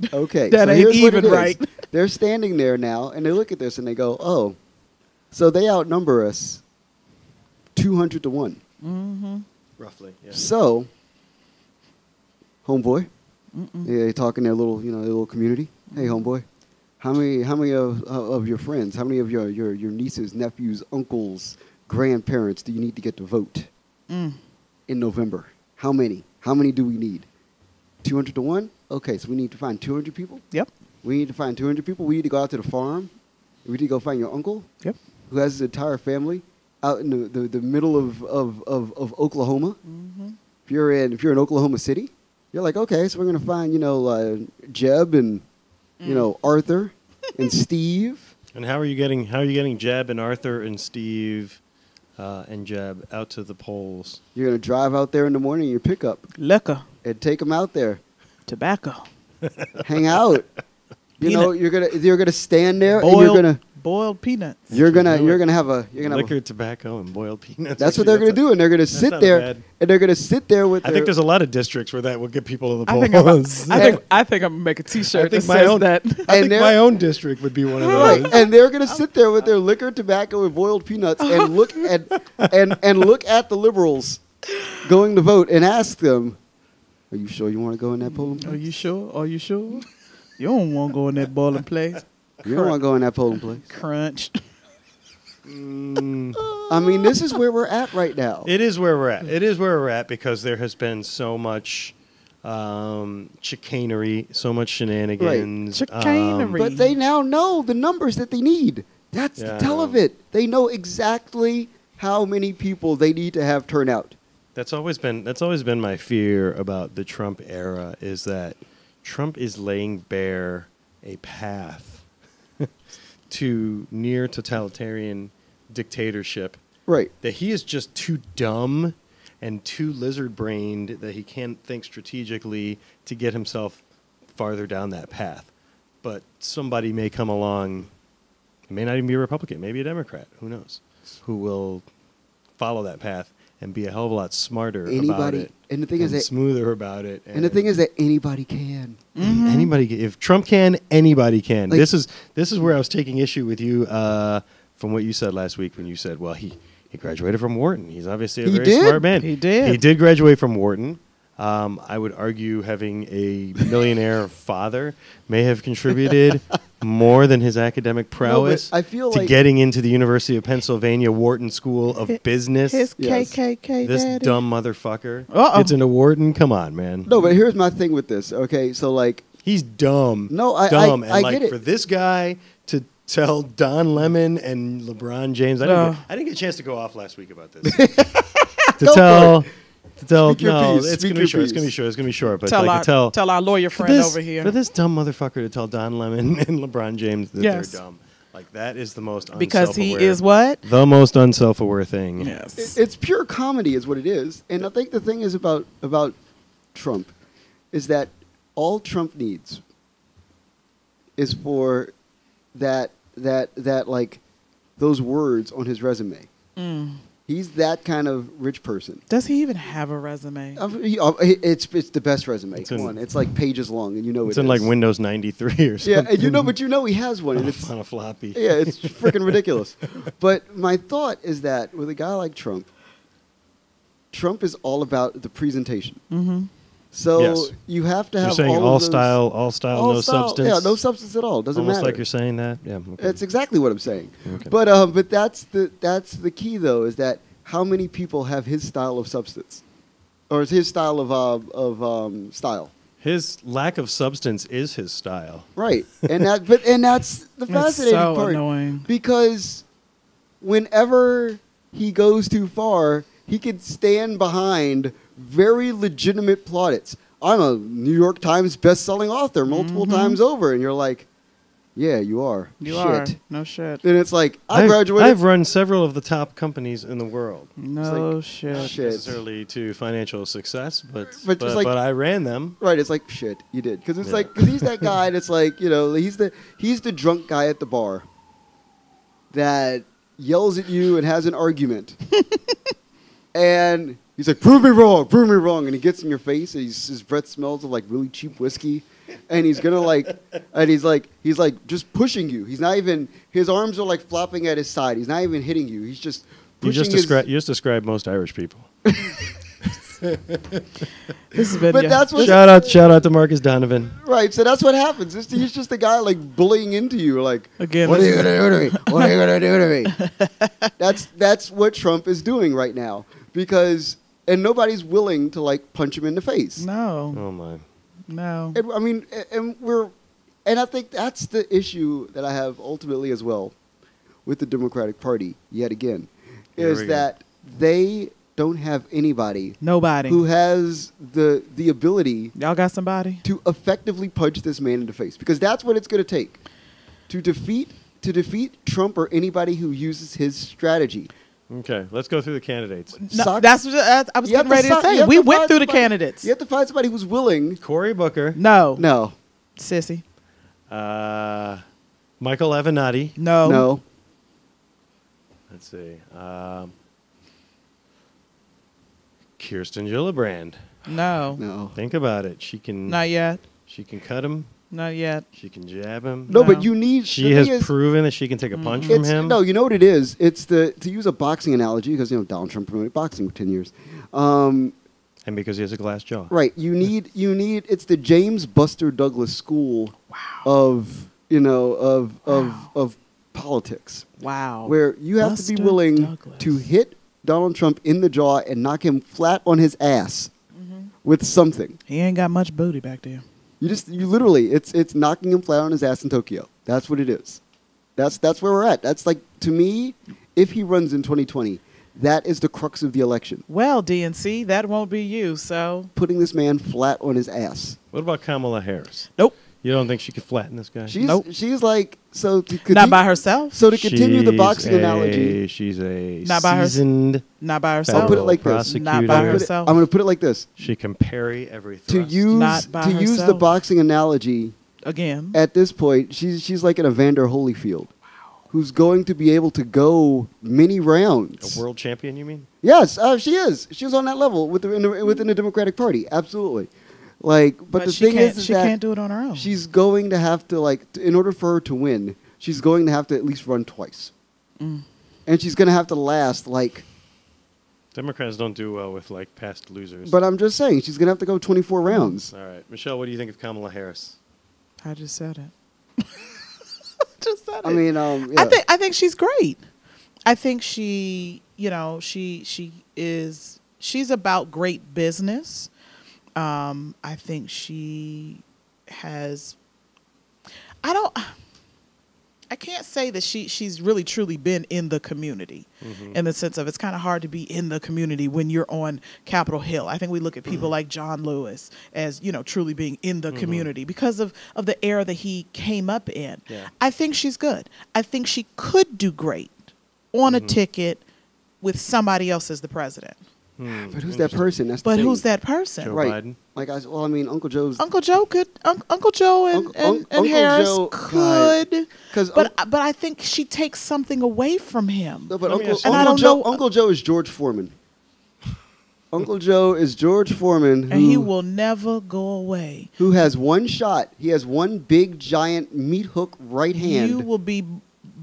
Okay,
that
so
ain't
here's what
even
it is.
right.
They're standing there now, and they look at this and they go, oh, so they outnumber us, two hundred to one.
Mm-hmm.
Roughly. Yeah.
So, homeboy, yeah, they talk in their little, you know, their little community. Hey, homeboy, how many, how many of, uh, of your friends, how many of your, your, your nieces, nephews, uncles, grandparents do you need to get to vote
Mm.
in November? How many? How many do we need? Two hundred to one. Okay, so we need to find two hundred people.
Yep.
We need to find two hundred people. We need to go out to the farm. We need to go find your uncle
Yep.
who has his entire family out in the, the, the middle of, of, of, of Oklahoma.
Mm-hmm.
If you're in if you're in Oklahoma City, you're like, okay, so we're gonna find you know uh, Jeb and
Mm.
you know Arthur and Steve.
And how are you getting how are you getting Jeb and Arthur and Steve uh, and Jeb out to the polls?
You're gonna drive out there in the morning in your pickup
Liquor,
and take them out there,
tobacco,
hang out. You know, you're gonna you're gonna stand there and you're
boiled,
gonna
boiled peanuts.
you're gonna
do it.
you're gonna have a you're gonna have a-
Liquor, tobacco, and boiled peanuts.
that's what
Actually,
they're gonna do, and they're gonna sit
not
there
bad.
and they're gonna sit there with.
a- I think
their-
there's a lot of districts where that will get people to the
I
polls.
think, I'm, I think I think I'm gonna make a T-shirt that says
own
that.
I
And
think
they're-
my own district would be one of
Right,
those.
and they're gonna sit there with their liquor, tobacco, and boiled peanuts, and look at and and look at the liberals going to vote, and ask them, "Are you sure you want to go in that polling?
Are
Place?
you sure? Are you sure? You don't want to go in that boiling place.
You don't want to go in that polling place."
Crunch.
Mm.
I mean, this is where we're at right now.
It is where we're at. It is where we're at because there has been so much um, chicanery, so much shenanigans. um,
Chicanery.
But they now know the numbers that they need. That's
Yeah, I
the tell
know.
of it. They know exactly how many people they need to have turn out.
That's always been that's always been my fear about the Trump era is that Trump is laying bare a path to near totalitarian dictatorship
Right.
that he is just too dumb and too lizard brained that he can't think strategically to get himself farther down that path. But somebody may come along, it may not even be a Republican, maybe a Democrat, who knows, who will follow that path and be a hell of a lot smarter about
Anybody-
it.
and the thing is that-
smoother about it.
And the thing is that anybody can.
Anybody, ca- if Trump can, anybody can.
Mm-hmm. Like-
this is this is where I was taking issue with you uh, from what you said last week when you said, "Well, he he graduated from Wharton. He's obviously a
He
very
did.
smart man.
He did.
He did graduate from Wharton." Um, I would argue having a millionaire father may have contributed more than his academic prowess
I feel
to
like-
getting into the University of Pennsylvania Wharton School of
Hi-
Business.
His
Yes.
KKK
this
daddy.
dumb motherfucker
Uh-oh.
gets into Wharton. Come on, man.
No, but here's my thing with this. Okay, so like
He's dumb.
No, I- I-
dumb. and
I
like
get it.
for this guy to tell Don Lemon and LeBron James, I didn't,
No.
get, I didn't get a chance to go off last week about this. to
Go
tell, to tell,
Speak your
no,
piece.
it's
Speak
gonna be
your
short. It's
piece.
gonna be short. It's gonna be short. But
tell
like
our
to tell,
tell our lawyer
for
friend
this-
over here.
for this dumb motherfucker to tell Don Lemon and LeBron James that
Yes.
they're dumb. Like that is the most
because he
unself-aware-
is what?
the most unself-aware thing.
It-
Yes.
it's pure comedy is what it is and i think the thing is about about trump is that all Trump needs is for that that that like those words on his resume. He's that kind of rich person.
Does he even have a resume?
Uh, he- uh, It's it's the best resume.
It's
Come
in-
on, it's like pages long, and you know
It's
it
in like
is.
Windows 93 or
Yeah,
something. Oh,
and you know, but you know he has one,
on,
and
a,
it's
on a floppy.
yeah, it's freaking ridiculous. But my thought is that with a guy like Trump, Trump is all about the presentation.
Mm-hmm.
So
Yes.
you have to have
You're saying
all,
all,
of those-
style, all style,
all
no
style-
substance.
Yeah, no substance at all. Doesn't
Almost
matter.
like you're saying that. Yeah. okay.
That's exactly what I'm saying.
Okay.
But um, but that's the that's the key though is that how many people have his style of substance, or is his style of uh, of um, style.
his lack of substance is his style.
Right, and that, but and that's the
It's
fascinating
so
part
annoying.
because whenever he goes too far, he could stand behind very legitimate plaudits. I'm a New York Times best-selling author multiple times over, and you're like, "Yeah, you are."
Mm-hmm. You
Shit.
are no shit.
And it's like I
I've-
graduated.
I've run several of the top companies in the world.
No
like,
Not
shit.
shit.
necessarily to financial success, but
But
but,
just
but,
like-
I ran them.
Right, it's like shit. You did because it's
Yeah.
like cause he's that guy that's like you know he's the he's the drunk guy at the bar that yells at you and has an argument, and he's like, "Prove me wrong, prove me wrong," and he gets in your face and he's, his breath smells of like really cheap whiskey, and he's gonna like, and he's like he's like just pushing you. He's not even his arms are like flopping at his side. He's not even hitting you. He's just
You
pushing
just
his.
describe you just described most Irish people.
This has been
But
your-
that's what-
shout out, shout out to Marcus Donovan.
Right, so that's what happens. It's- He's just a guy like bullying into you, like
Again,
What are
this
you
is-
gonna do to me? What are you gonna do to me? that's that's what Trump is doing right now because and nobody's willing to like punch him in the face.
no,
Oh my.
no.
And, I mean, a- and we're and I think that's the issue that I have ultimately as well with the Democratic Party yet again
Here
is
we go.
that they don't have anybody
Nobody.
who has the the ability
Y'all got somebody?
to effectively punch this man in the face because that's what it's going to take to defeat to defeat Trump or anybody who uses his strategy.
Okay, let's go through the candidates.
No,
Suck-
that's what I, I was
You have
getting ready to
fi- you
say.
have
We
to
went
find
through the
somebody-
candidates.
You have to find somebody who's willing.
Cory Booker.
No,
No,
sissy.
Uh, Michael Avenatti.
No,
no.
Let's see. Um, Kirsten Gillibrand.
no,
No.
Think about it. She can.
Not yet.
She can cut him.
Not yet.
She can jab him.
No,
No.
but you need. the
She
thing
has
is, Mm-hmm.
proven that she can take a punch from
it's,
him.
No, you know what it is. It's the to use a boxing analogy because you know Donald Trump promoted boxing for ten years. Um,
and because he has a glass jaw.
right. You need. You need. It's the James Buster Douglas school of you know of of of politics.
Wow.
where you have to
Buster
be willing
Douglas.
to hit Donald Trump in the jaw and knock him flat on his ass with something.
He ain't got much booty back there.
You just you literally it's it's knocking him flat on his ass in Tokyo. That's what it is. That's that's where we're at. That's like to me, if he runs in 2020, that is the crux of the election.
Well, DNC, that won't be you. So,
Putting this man flat on his ass.
What about Kamala Harris?
nope,
You don't think she could flatten this guy?
She's
Nope.
she's like so to conti-
not by herself.
So to continue the
She's
boxing
a-
analogy,
She's a
Not by her-
seasoned.
not by
federal
I'll put it
herself.
like this.
prosecutor.
Not by
I'm gonna put it-
herself.
I'm going to put it like this:
She can parry every
to
thrust.
use to
Not by
use the
herself.
boxing analogy,
Again,
at this point, she's she's like an Evander Holyfield, who's going to be able to go many rounds.
a world champion, you mean?
Yes, uh, she is. She's on that level with the, in the, within the Democratic Party. Absolutely. Like, but,
but
the
she
thing
can't.
is, is
she
that
can't do it on her own.
she's going to have to like, t- in order for her to win, she's going to have to at least run twice,
Mm.
and she's going to have to last like.
Democrats don't do well with like past losers.
But I'm just saying, she's going to have to go 24 rounds.
all right, Michelle, what do you think of Kamala Harris?
I just said it. just said it.
I mean, um, yeah.
I think I think she's great. I think she, you know, she she is she's about great business. Um, I think she has. I don't. I can't say that she she's really truly been in the community,
Mm-hmm.
in the sense of it's kind of hard to be in the community when you're on Capitol Hill. I think we look at
Mm-hmm.
people like John Lewis as you know truly being in the community because of of the era that he came up in.
Yeah.
I think she's good. I think she
Mm-hmm.
could do great on a ticket with somebody else as the president.
Hmm,
But who's that
interesting.
person? That's the
But
thing.
who's that Um, person?
Joe
Right.
Biden.
Like I s- well, I mean, Uncle Joe's
Uncle Joe could. Un- Uncle Joe and,
Uncle-
and,
Unc-
and
Uncle
Harris
Joe- God.
could.
'Cause
But
Unc-
I- but I think she takes something away from him.
No, but
Let me
Uncle,
ask you-
And I
Uncle
don't
Joe,
know-
Uncle Joe is George Foreman. Uncle Joe is George Foreman, who,
and he will never go away.
who has one shot. He has one big giant meat hook right hand.
You will be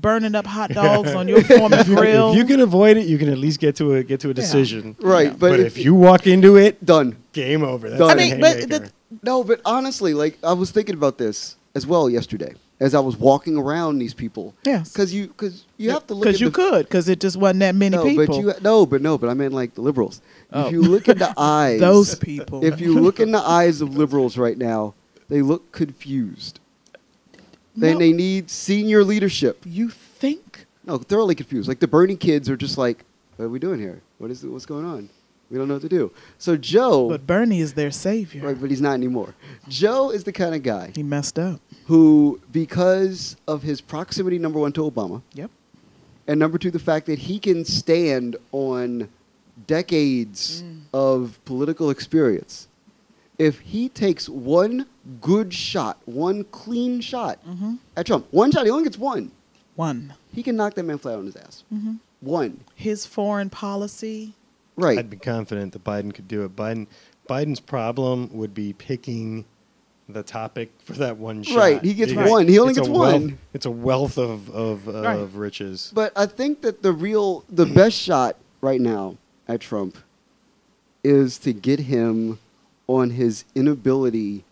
burning up hot dogs on your Foreman grill.
If you can avoid it, you can at least get to a get to a decision.
Right,
But,
but, if,
if, you walk into it,
done.
game over. That's
Done.
I
a
mean, but
haymaker.
the,
No, but honestly, like I was thinking about this as well yesterday as I was walking around these people.
Yes.
because you because you have to look
because
at
you
the,
could, because it just wasn't that many
no,
people.
but you no, but no, but I meant like the liberals.
Oh.
If you look in the eyes,
Those people.
If you look in the eyes of liberals right now, they look confused. Then
No.
they need senior leadership.
you think
No, thoroughly confused. Like the Bernie kids are just like, what are we doing here? What is what's going on? We don't know what to do. So Joe,
But Bernie is their savior.
right, but he's not anymore. Joe is the kind of guy
He messed up.
who, because of his proximity, number one to Obama,
Yep.
and number two, the fact that he can stand on decades
Mm.
of political experience. If he takes one good shot, one clean shot
Mm-hmm.
at Trump, one shot, he only gets one,
One.
he can knock that man flat on his ass.
Mm-hmm.
One.
His foreign policy.
Right.
I'd be confident that Biden could do it. Biden, Biden's problem would be picking the topic for that one shot.
Right, he gets
Because
one. He only
it's a
gets
wealth-
one.
It's a wealth of of, of
Right.
riches.
But I think that the real, the
Mm-hmm.
best shot right now at Trump is to get him on his inability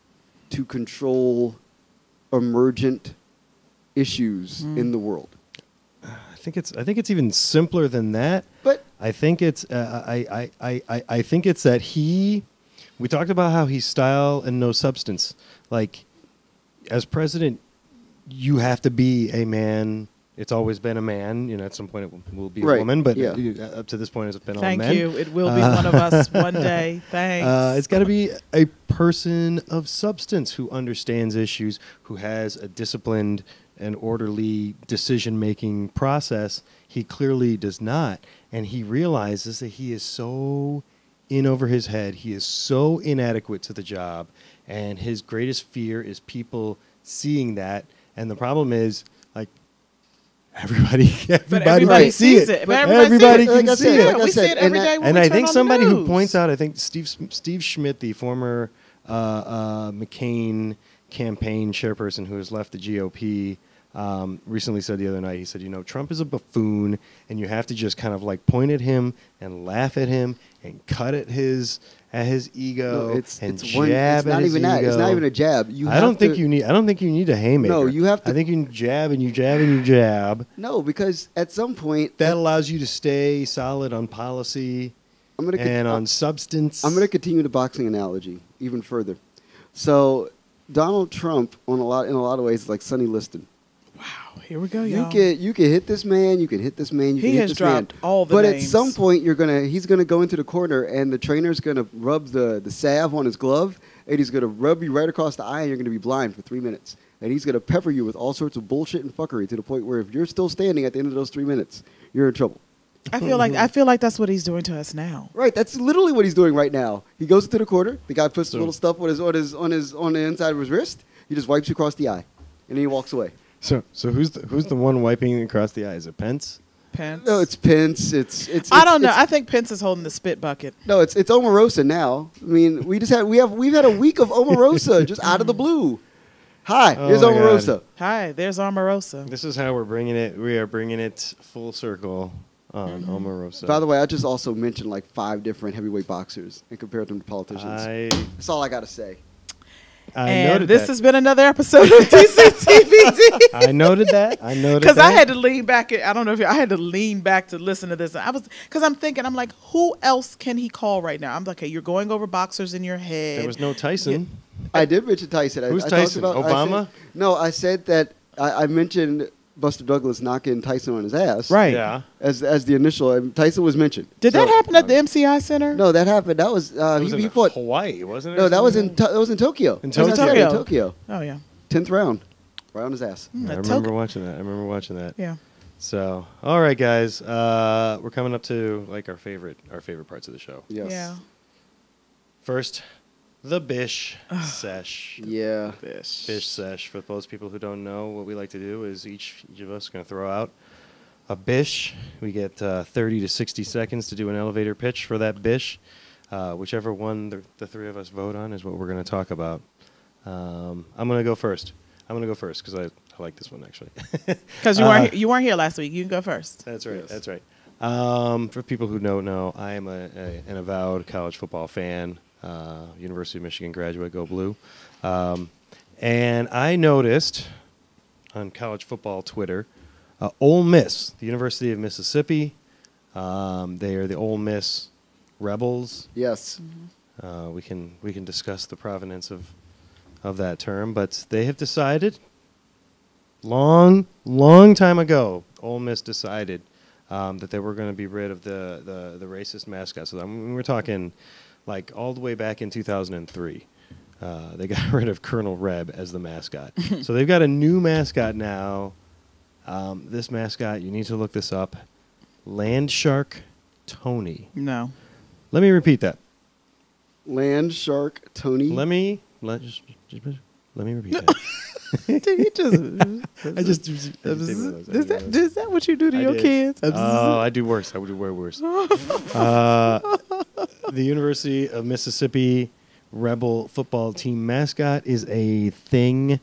to control emergent issues in the world.
I think it's I think it's even simpler than that.
But
I think it's uh, I, I, I, I, I think it's that he we talked about how he's style and no substance. Like as president, you have to be a man. It's always been a man. You know, at some point it will, will be
Right,
a woman, but
yeah.
uh, up to this point it's been
Thank
all men.
you. It will be one of us one day. Thanks.
Uh, it's got to be a person of substance who understands issues, who has a disciplined and orderly decision making process. He clearly does not. And he realizes that he is so in over his head, he is so inadequate to the job. And his greatest fear is people seeing that. And the problem is, like, Everybody, everybody,
but
can
everybody
see
sees it. But
But
everybody,
everybody can
sees it.
Like I see said, it.
Yeah,
like
I
we see
said,
it
and
every
I-
day when
and
we
I
turn
think
on the
somebody who
news.
points out, I think Steve Steve Schmidt, the former uh, uh, McCain campaign chairperson who has left the GOP, um, recently said the other night. He said, you know, Trump is a buffoon, and you have to just kind of like point at him and laugh at him and cut at his at his ego
no, it's,
and
it's
jab
one,
at
it's not
his
even that. It's not
ego.
even a jab. You
I
have
don't think
to-
you need. I don't think you need a haymaker.
No, you have to-
I think you jab and you jab and you jab.
No, because at some point,
That allows you to stay solid on policy
I'm going to
and on substance.
I'm going to continue the boxing analogy even further. So Donald Trump, on a lot in a lot of ways, is like Sonny Liston.
Wow, here we go,
You
y'all.
can you can hit this man, you can hit this man,
Oh, He
you can hit
has
this
dropped
man.
all the
but at
names.
some point, you're gonna he's gonna go into the corner, and the trainer's gonna rub the the salve on his glove, and he's gonna rub you right across the eye, and you're gonna be blind for three minutes. And he's gonna pepper you with all sorts of bullshit and fuckery to the point where if you're still standing at the end of those three minutes, you're in trouble.
I feel like
Mm-hmm.
I feel like that's what he's doing to us now.
Right, that's literally what he's doing right now. He goes into the corner. The guy puts
So-
little stuff on his on his on his on the inside of his wrist. He just wipes you across the eye, and then he walks away.
So, so who's the, who's the one wiping across the eye? Is it Pence?
Pence.
No, it's Pence. It's it's.
I
it's-
don't know.
it's-
I think Pence is holding the spit bucket.
no, it's it's Omarosa now. I mean, we just had we have we've had a week of Omarosa just out of the blue. Hi,
Oh
here's
my God.
Omarosa.
Hi, there's Omarosa.
This is how we're bringing it. We are bringing it full circle on Omarosa.
By the way, I just also mentioned like five different heavyweight boxers and compared them to politicians.
I,
That's all I gotta say.
I
and
noted
this
that.
has been another episode of TCTVD.
I noted that. I noted
Because I
that.
had to lean back. I don't know if you, I had to lean back to listen to this. I was because I'm thinking. I'm like, who else can he call right now? I'm like, okay, you're going over boxers in your head.
There was no Tyson.
I did mention Tyson. I,
Who's
I
Tyson?
Talked about, I
Obama?
said- no, I said that I, I mentioned Buster Douglas knocking Tyson on his ass.
Right.
Yeah.
As as the initial and Tyson was mentioned.
Did that
So-
happen at the MCI Center?
No, that happened. That was uh,
It was
he,
in
he fought.
Hawaii, wasn't it?
No,
or
that was in
something?
to, that was in Tokyo.
In
That was
Tokyo.
in Tokyo.
Oh yeah.
Tenth round, right on his ass.
Hmm,
I
that
remember
token-
watching that. I remember watching that.
Yeah.
So, all right, guys, uh, we're coming up to like our favorite our favorite parts of the show.
Yes.
Yeah.
First, the Bish Sesh.
Yeah.
Fish.
Bish Sesh. For those people who don't know, what we like to do is each, each of us is going to throw out a Bish. We get uh, 30 to 60 seconds to do an elevator pitch for that Bish. Uh, whichever one the, the three of us vote on is what we're going to talk about. Um, I'm going to go first. I'm going to go first because I, I like this one actually.
Because you
Uh,
weren't you weren't here last week. You can go first.
That's right.
Yes.
That's right. Um, for people who don't know, I am a, a, an avowed college football fan, uh, University of Michigan graduate, go blue. Um, and I noticed on college football Twitter, uh, Ole Miss, the University of Mississippi, um, they are the Ole Miss Rebels.
Yes.
Uh, we can we can discuss the provenance of of that term, but they have decided long long time ago. Ole Miss decided um, that they were going to be rid of the, the the racist mascot. So I mean, we're talking like all the way back in 2003. Uh, they got rid of Colonel Reb as the mascot. so they've got a new mascot now. Um, this mascot, you need to look this up. Land Shark Tony.
No.
Let me repeat that.
Land shark Tony.
Let me let just, just let me repeat that.
Did you just?
I just, just did one of those. I
Is
did one
that
of those.
is that what you do to
I
your
did.
kids?
Oh, I do worse. I would do way worse. Uh, the University of Mississippi Rebel football team mascot is a thing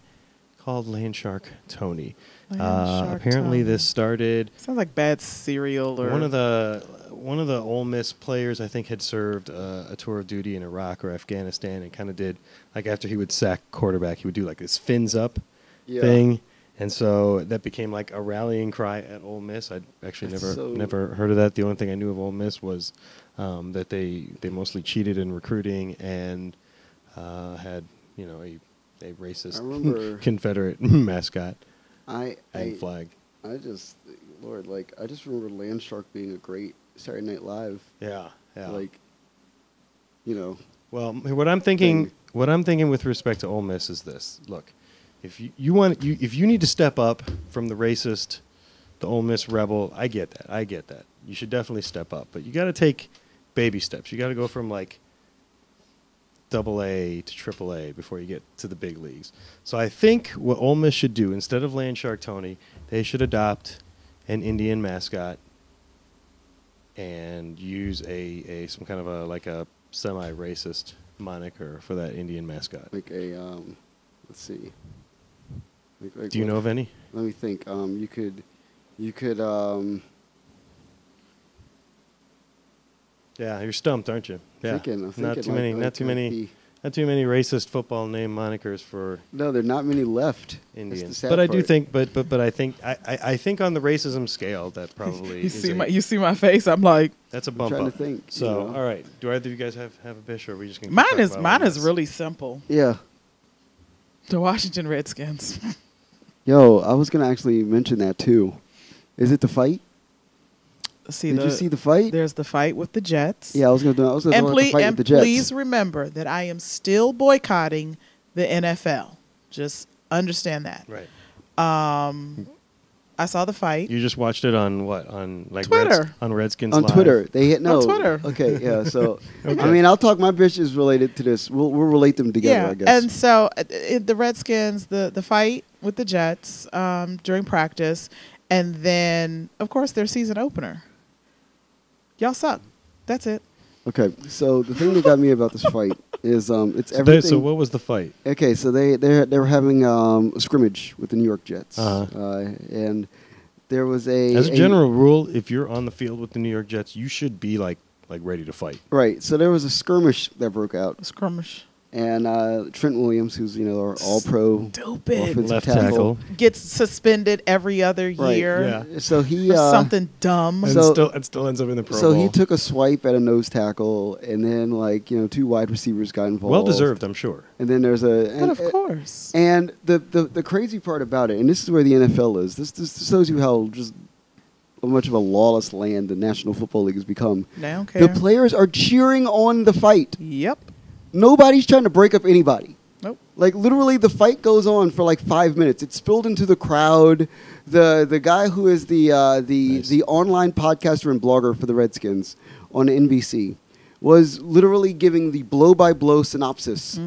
called Landshark Tony. uh,
Landshark
apparently,
Tony.
this started
Sounds like bad cereal or
one of the one of the Ole Miss players, I think, had served uh, a tour of duty in Iraq or Afghanistan, and kind of did like after he would sack quarterback, he would do like this fins up
Yeah.
thing, and so that became like a rallying cry at Ole Miss. I actually
That's
never
so-
never heard of that. The only thing I knew of Ole Miss was um, that they they mostly cheated in recruiting and uh, had you know a a
I
racist
remember-
Confederate mascot
I
and
I,
flag.
I just Lord, like I just remember Land Shark being a great Saturday Night Live.
Yeah, yeah.
Like you know.
Well, m- what I'm thinking,
thing.
what I'm thinking with respect to Ole Miss is this: Look, if you, you want, you, if you need to step up from the racist, the Ole Miss rebel, I get that. I get that. You should definitely step up, but you got to take baby steps. You got to go from like double A to triple A before you get to the big leagues. So I think what Ole Miss should do instead of Land Shark Tony, they should adopt an Indian mascot and use a, a some kind of a like a semi racist moniker for that Indian mascot.
Like a um let's see. Like, like
Do you
what-
know of any?
Let me think. Um you could you could um
Yeah, you're stumped, aren't you? Yeah.
thinking, I'm thinking
not too
like-
many.
like,
not too
like
many.
the-
Not too many racist football name monikers for
no, there are not many left. That's the
Indians.
sad
But I do
part.
think, but but but I think I, I, I think on the racism scale that probably
you
is
see
a-
my you see my face. I'm like
that's a
I'm
bump
trying to
up.
think, you
so
know.
all right, do either of you guys have have a bish or are we just gonna keep
mine
talking
is
about
mine
Ole
is
Miss?
really simple.
Yeah.
The Washington Redskins.
Yo, I was gonna actually mention that too. Is it the fight?
see
Did
the,
you see the fight?
there's the fight with the Jets.
yeah, I was gonna. do- I was gonna
and
talk about the
please,
fight
and
with the Jets.
please remember that I am still boycotting the NFL. Just understand that.
right.
Um, I saw the fight.
You just watched it on what on like
Twitter.
on Redskins
on
Live?
Twitter. They hit no.
On Twitter.
Okay, yeah. So I
Okay.
mean, I'll talk. My bitches related to this. We'll we'll relate them together. I guess.
And so uh, it, the Redskins, the the fight with the Jets um, during practice, and then of course their season opener. Y'all suck. That's it.
okay. So the thing that got me about this fight is um, it's
So, they-
everything.
so what was the fight?
Okay, so they they they were having um a scrimmage with the New York Jets,
Uh-huh.
uh, and there was a
As a general rule, if you're on the field with the New York Jets, you should be like like ready to fight.
Right. So there was a skirmish that broke out,
Skirmish.
and uh, Trent Williams, who's you know our All-Pro
Stupid.
Offensive
Left
tackle.
tackle.
Gets suspended every other
Right,
year.
yeah.
So he
for
uh,
something dumb.
And
So-
still and still ends up in the Pro
So
Bowl.
he took a swipe at a nose tackle, and then like you know two wide receivers got involved.
well deserved, I'm sure.
And then there's a. And,
but of course.
And the, the the crazy part about it, and this is where the NFL is. This this shows you how just how much of a lawless land the National Football League has become.
They don't care.
The players are cheering on the fight.
Yep.
Nobody's trying to break up anybody.
Nope.
Like literally, the fight goes on for like five minutes. It spilled into the crowd. The the guy who is the uh, the
Nice.
the online podcaster and blogger for the Redskins on NBC was literally giving the blow by blow synopsis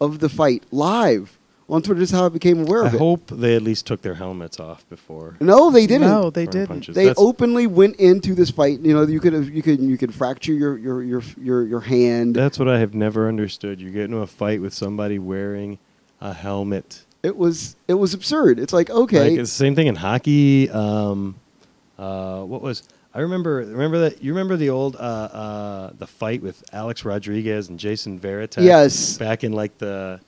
of the fight live on Twitter. This is how I became aware
I
of it.
hope they at least took their helmets off before.
no, they didn't.
No, they
throwing
didn't.
punches.
They
That's-
openly went into this fight. You know, you could you could you could fracture your your your your, your hand.
That's what I have never understood. You get into a fight with somebody wearing a helmet.
it was it was absurd. It's like okay,
Like, it's the same thing in hockey. Um, uh, what was I remember? Remember that you remember the old uh, uh, the fight with Alex Rodriguez and Jason Veritek?
Yes.
Back in like the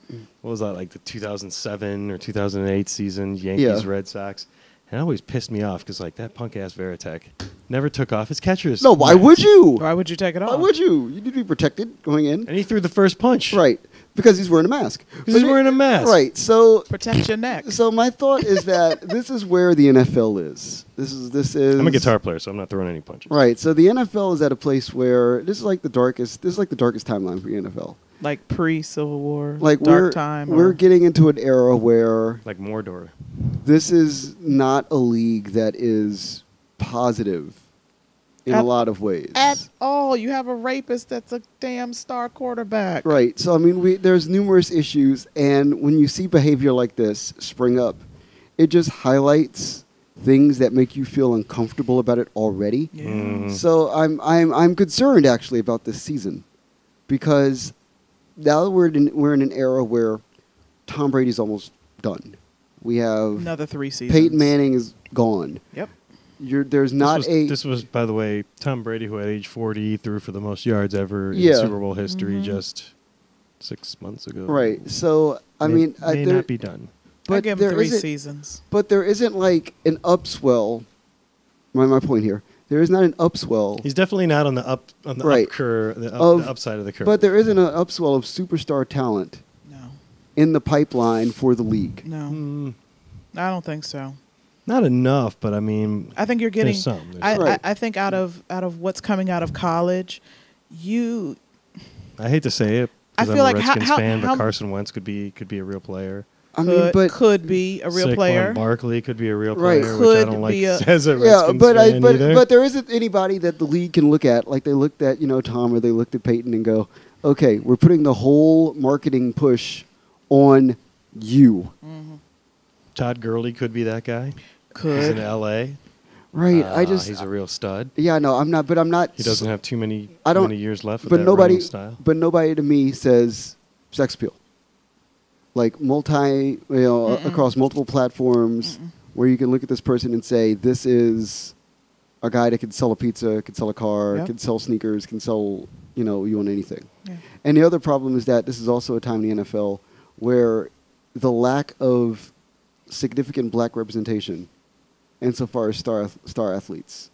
what was that like the 2007 or 2008 season Yankees
Yeah.
Red Sox. And it always pissed me off because like that punk ass Veritek never took off his catcher's.
no, why
mitt.
would you?
Why would you take it off?
Why would you? You need to be protected going in,
And he threw the first punch.
right? Because he's wearing a mask.
Because he's
But it-
wearing a mask.
Right. So
Protect your neck.
so my thought is that this is where the NFL is. This is this is.
I'm a guitar player, so I'm not throwing any punches.
Right. So the NFL is at a place where this is like the darkest. This is like the darkest timeline for the NFL.
like pre Civil War,
Like
dark
we're
time.
we're
or-
getting into an era where
Like Mordor.
this is not a league that is positive in a
At-
lot of ways.
at all. You have a rapist that's a damn star quarterback.
Right. So I mean, we, there's numerous issues, and when you see behavior like this spring up, it just highlights things that make you feel uncomfortable about it already.
Yeah.
Mm.
So I'm I'm I'm concerned actually about this season, because now that we're in we're in an era where Tom Brady's almost done. We have
Another three seasons.
Peyton Manning is gone.
Yep.
You're, there's not
this was,
a
This was, by the way, Tom Brady, who at age 40 threw for the most yards ever
Yeah.
in Super Bowl history
Mhm.
just six months ago.
right. So I
May-
mean,
may
I, there-
not be done.
I
but
give him
there
three
isn't-
seasons.
but there isn't like an upswell. My my point here, there is not an upswell,
He's definitely not on the up on the
Right.
up curve, the, up,
Of-
the upside of the curve.
but there isn't an upswell of superstar talent
No,
in the pipeline for the league.
no,
Mm,
I don't think so.
not enough. But I mean,
I think you're getting.
There's some, there's
I,
some. Right.
I, I think out of out of what's coming out of college, you
I hate to say it.
I
'cause
feel
I'm
like
a
how-
Redskins
how-
fan,
how-
but Carson Wentz could be could be a real player.
I
could,
mean, but
could be a real
Saquon
player.
Barkley could be a real
Right.
player, which I
Could
don't like
be a-
as a
yeah,
Redskins
but I
fan
but
either.
but there isn't anybody that the league can look at like they looked at you know Tom or they looked at Peyton and go, okay, we're putting the whole marketing push on you,
Todd Gurley could be that guy. He's in
Mm-hmm. Could
L.A.
right?
Uh,
I just
he's a real stud.
yeah, no, I'm not, but I'm not.
He doesn't have too many
I don't-
many years left. With
but
that
nobody
running style.
but nobody to me says sex appeal like multi you know
Mm-mm.
across multiple platforms where you can look at this person and say this is a guy that can sell a pizza can sell a car
Yep.
can sell sneakers can sell you know you on anything
yeah.
and the other problem is that this is also a time in the NFL where the lack of significant black representation, insofar as star star athletes,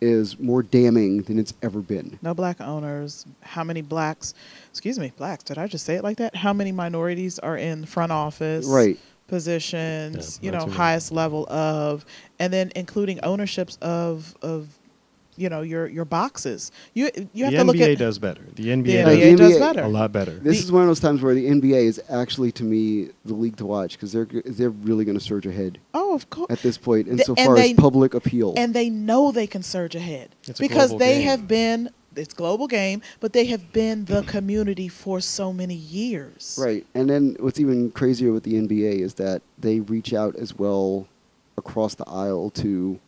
is more damning than it's ever been.
no black owners? How many blacks? Excuse me, blacks. Did I just say it like that? How many minorities are in front office?
Right.
positions,
Yeah,
you
not
know,
too many.
highest level of, and then including ownerships of of, you know, your your boxes. You you have
the
to look
NBA
at
does better. The NBA,
the
No,
does
the
NBA does
NBA
better.
a lot better.
This
The-
is one of those times where the NBA is actually, to me, the league to watch because they're they're really going to surge ahead
Oh, of course.
at this point
and
insofar as
they-
public appeal.
And they know they can surge ahead
It's a
because
global
they
game.
have been it's global game, but they have been the community for so many years.
right. And then what's even crazier with the NBA is that they reach out as well across the aisle to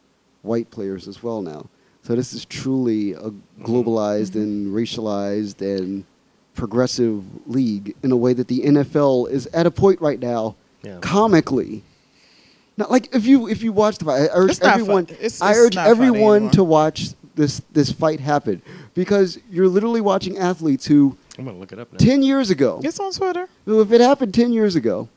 white players as well now. So this is truly a
Mm-hmm.
globalized and racialized and progressive league in a way that the NFL is at a point right now
Yeah.
comically. Not like if you if you watch the fight, I urge
It's not fun-
everyone.
it's-
I
it's
urge
not funny
everyone
anymore.
to watch this this fight happen because you're literally watching athletes who
I'm gonna look it up now.
ten years ago.
It's on Twitter.
Well, if it happened 10 years ago,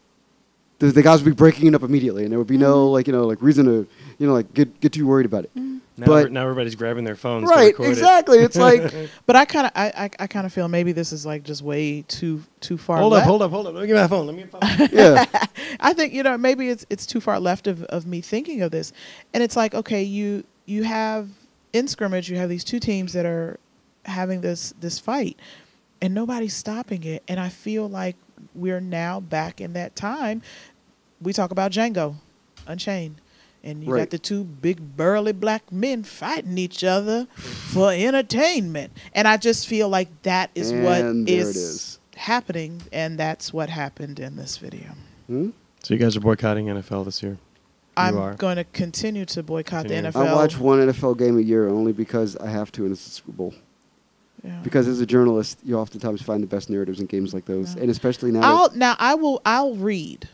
the, the guys would be breaking it up immediately, and there would be
Mm-hmm.
no like you know like reason to you know like get get too worried about it.
now,
but-
every- now everybody's grabbing their phones. to
right,
record it.
exactly. It's like
But I kind of I, I, I kind of feel maybe this is like just way too too far.
Hold up,
left.
hold up, hold up. Let me get my phone. Let me get my phone.
yeah,
I think you know maybe it's it's too far left of, of me thinking of this, and it's like okay, you you have in scrimmage, you have these two teams that are having this this fight, and nobody's stopping it, and I feel like we're now back in that time. We talk about Django Unchained. And you
Right.
got the two big burly black men fighting each other for entertainment. And I just feel like that is what
And there it
is,
is.
happening. And that's what happened in this video.
Hmm?
So you guys are boycotting NFL this year. You are.
I'm going to continue to boycott
Continue.
the NFL.
I watch one NFL game a year only because I have to, and it's the Super Bowl.
Yeah.
Because as a journalist, you oftentimes find the best narratives in games like those,
Yeah.
and especially now.
I'll now I will I'll read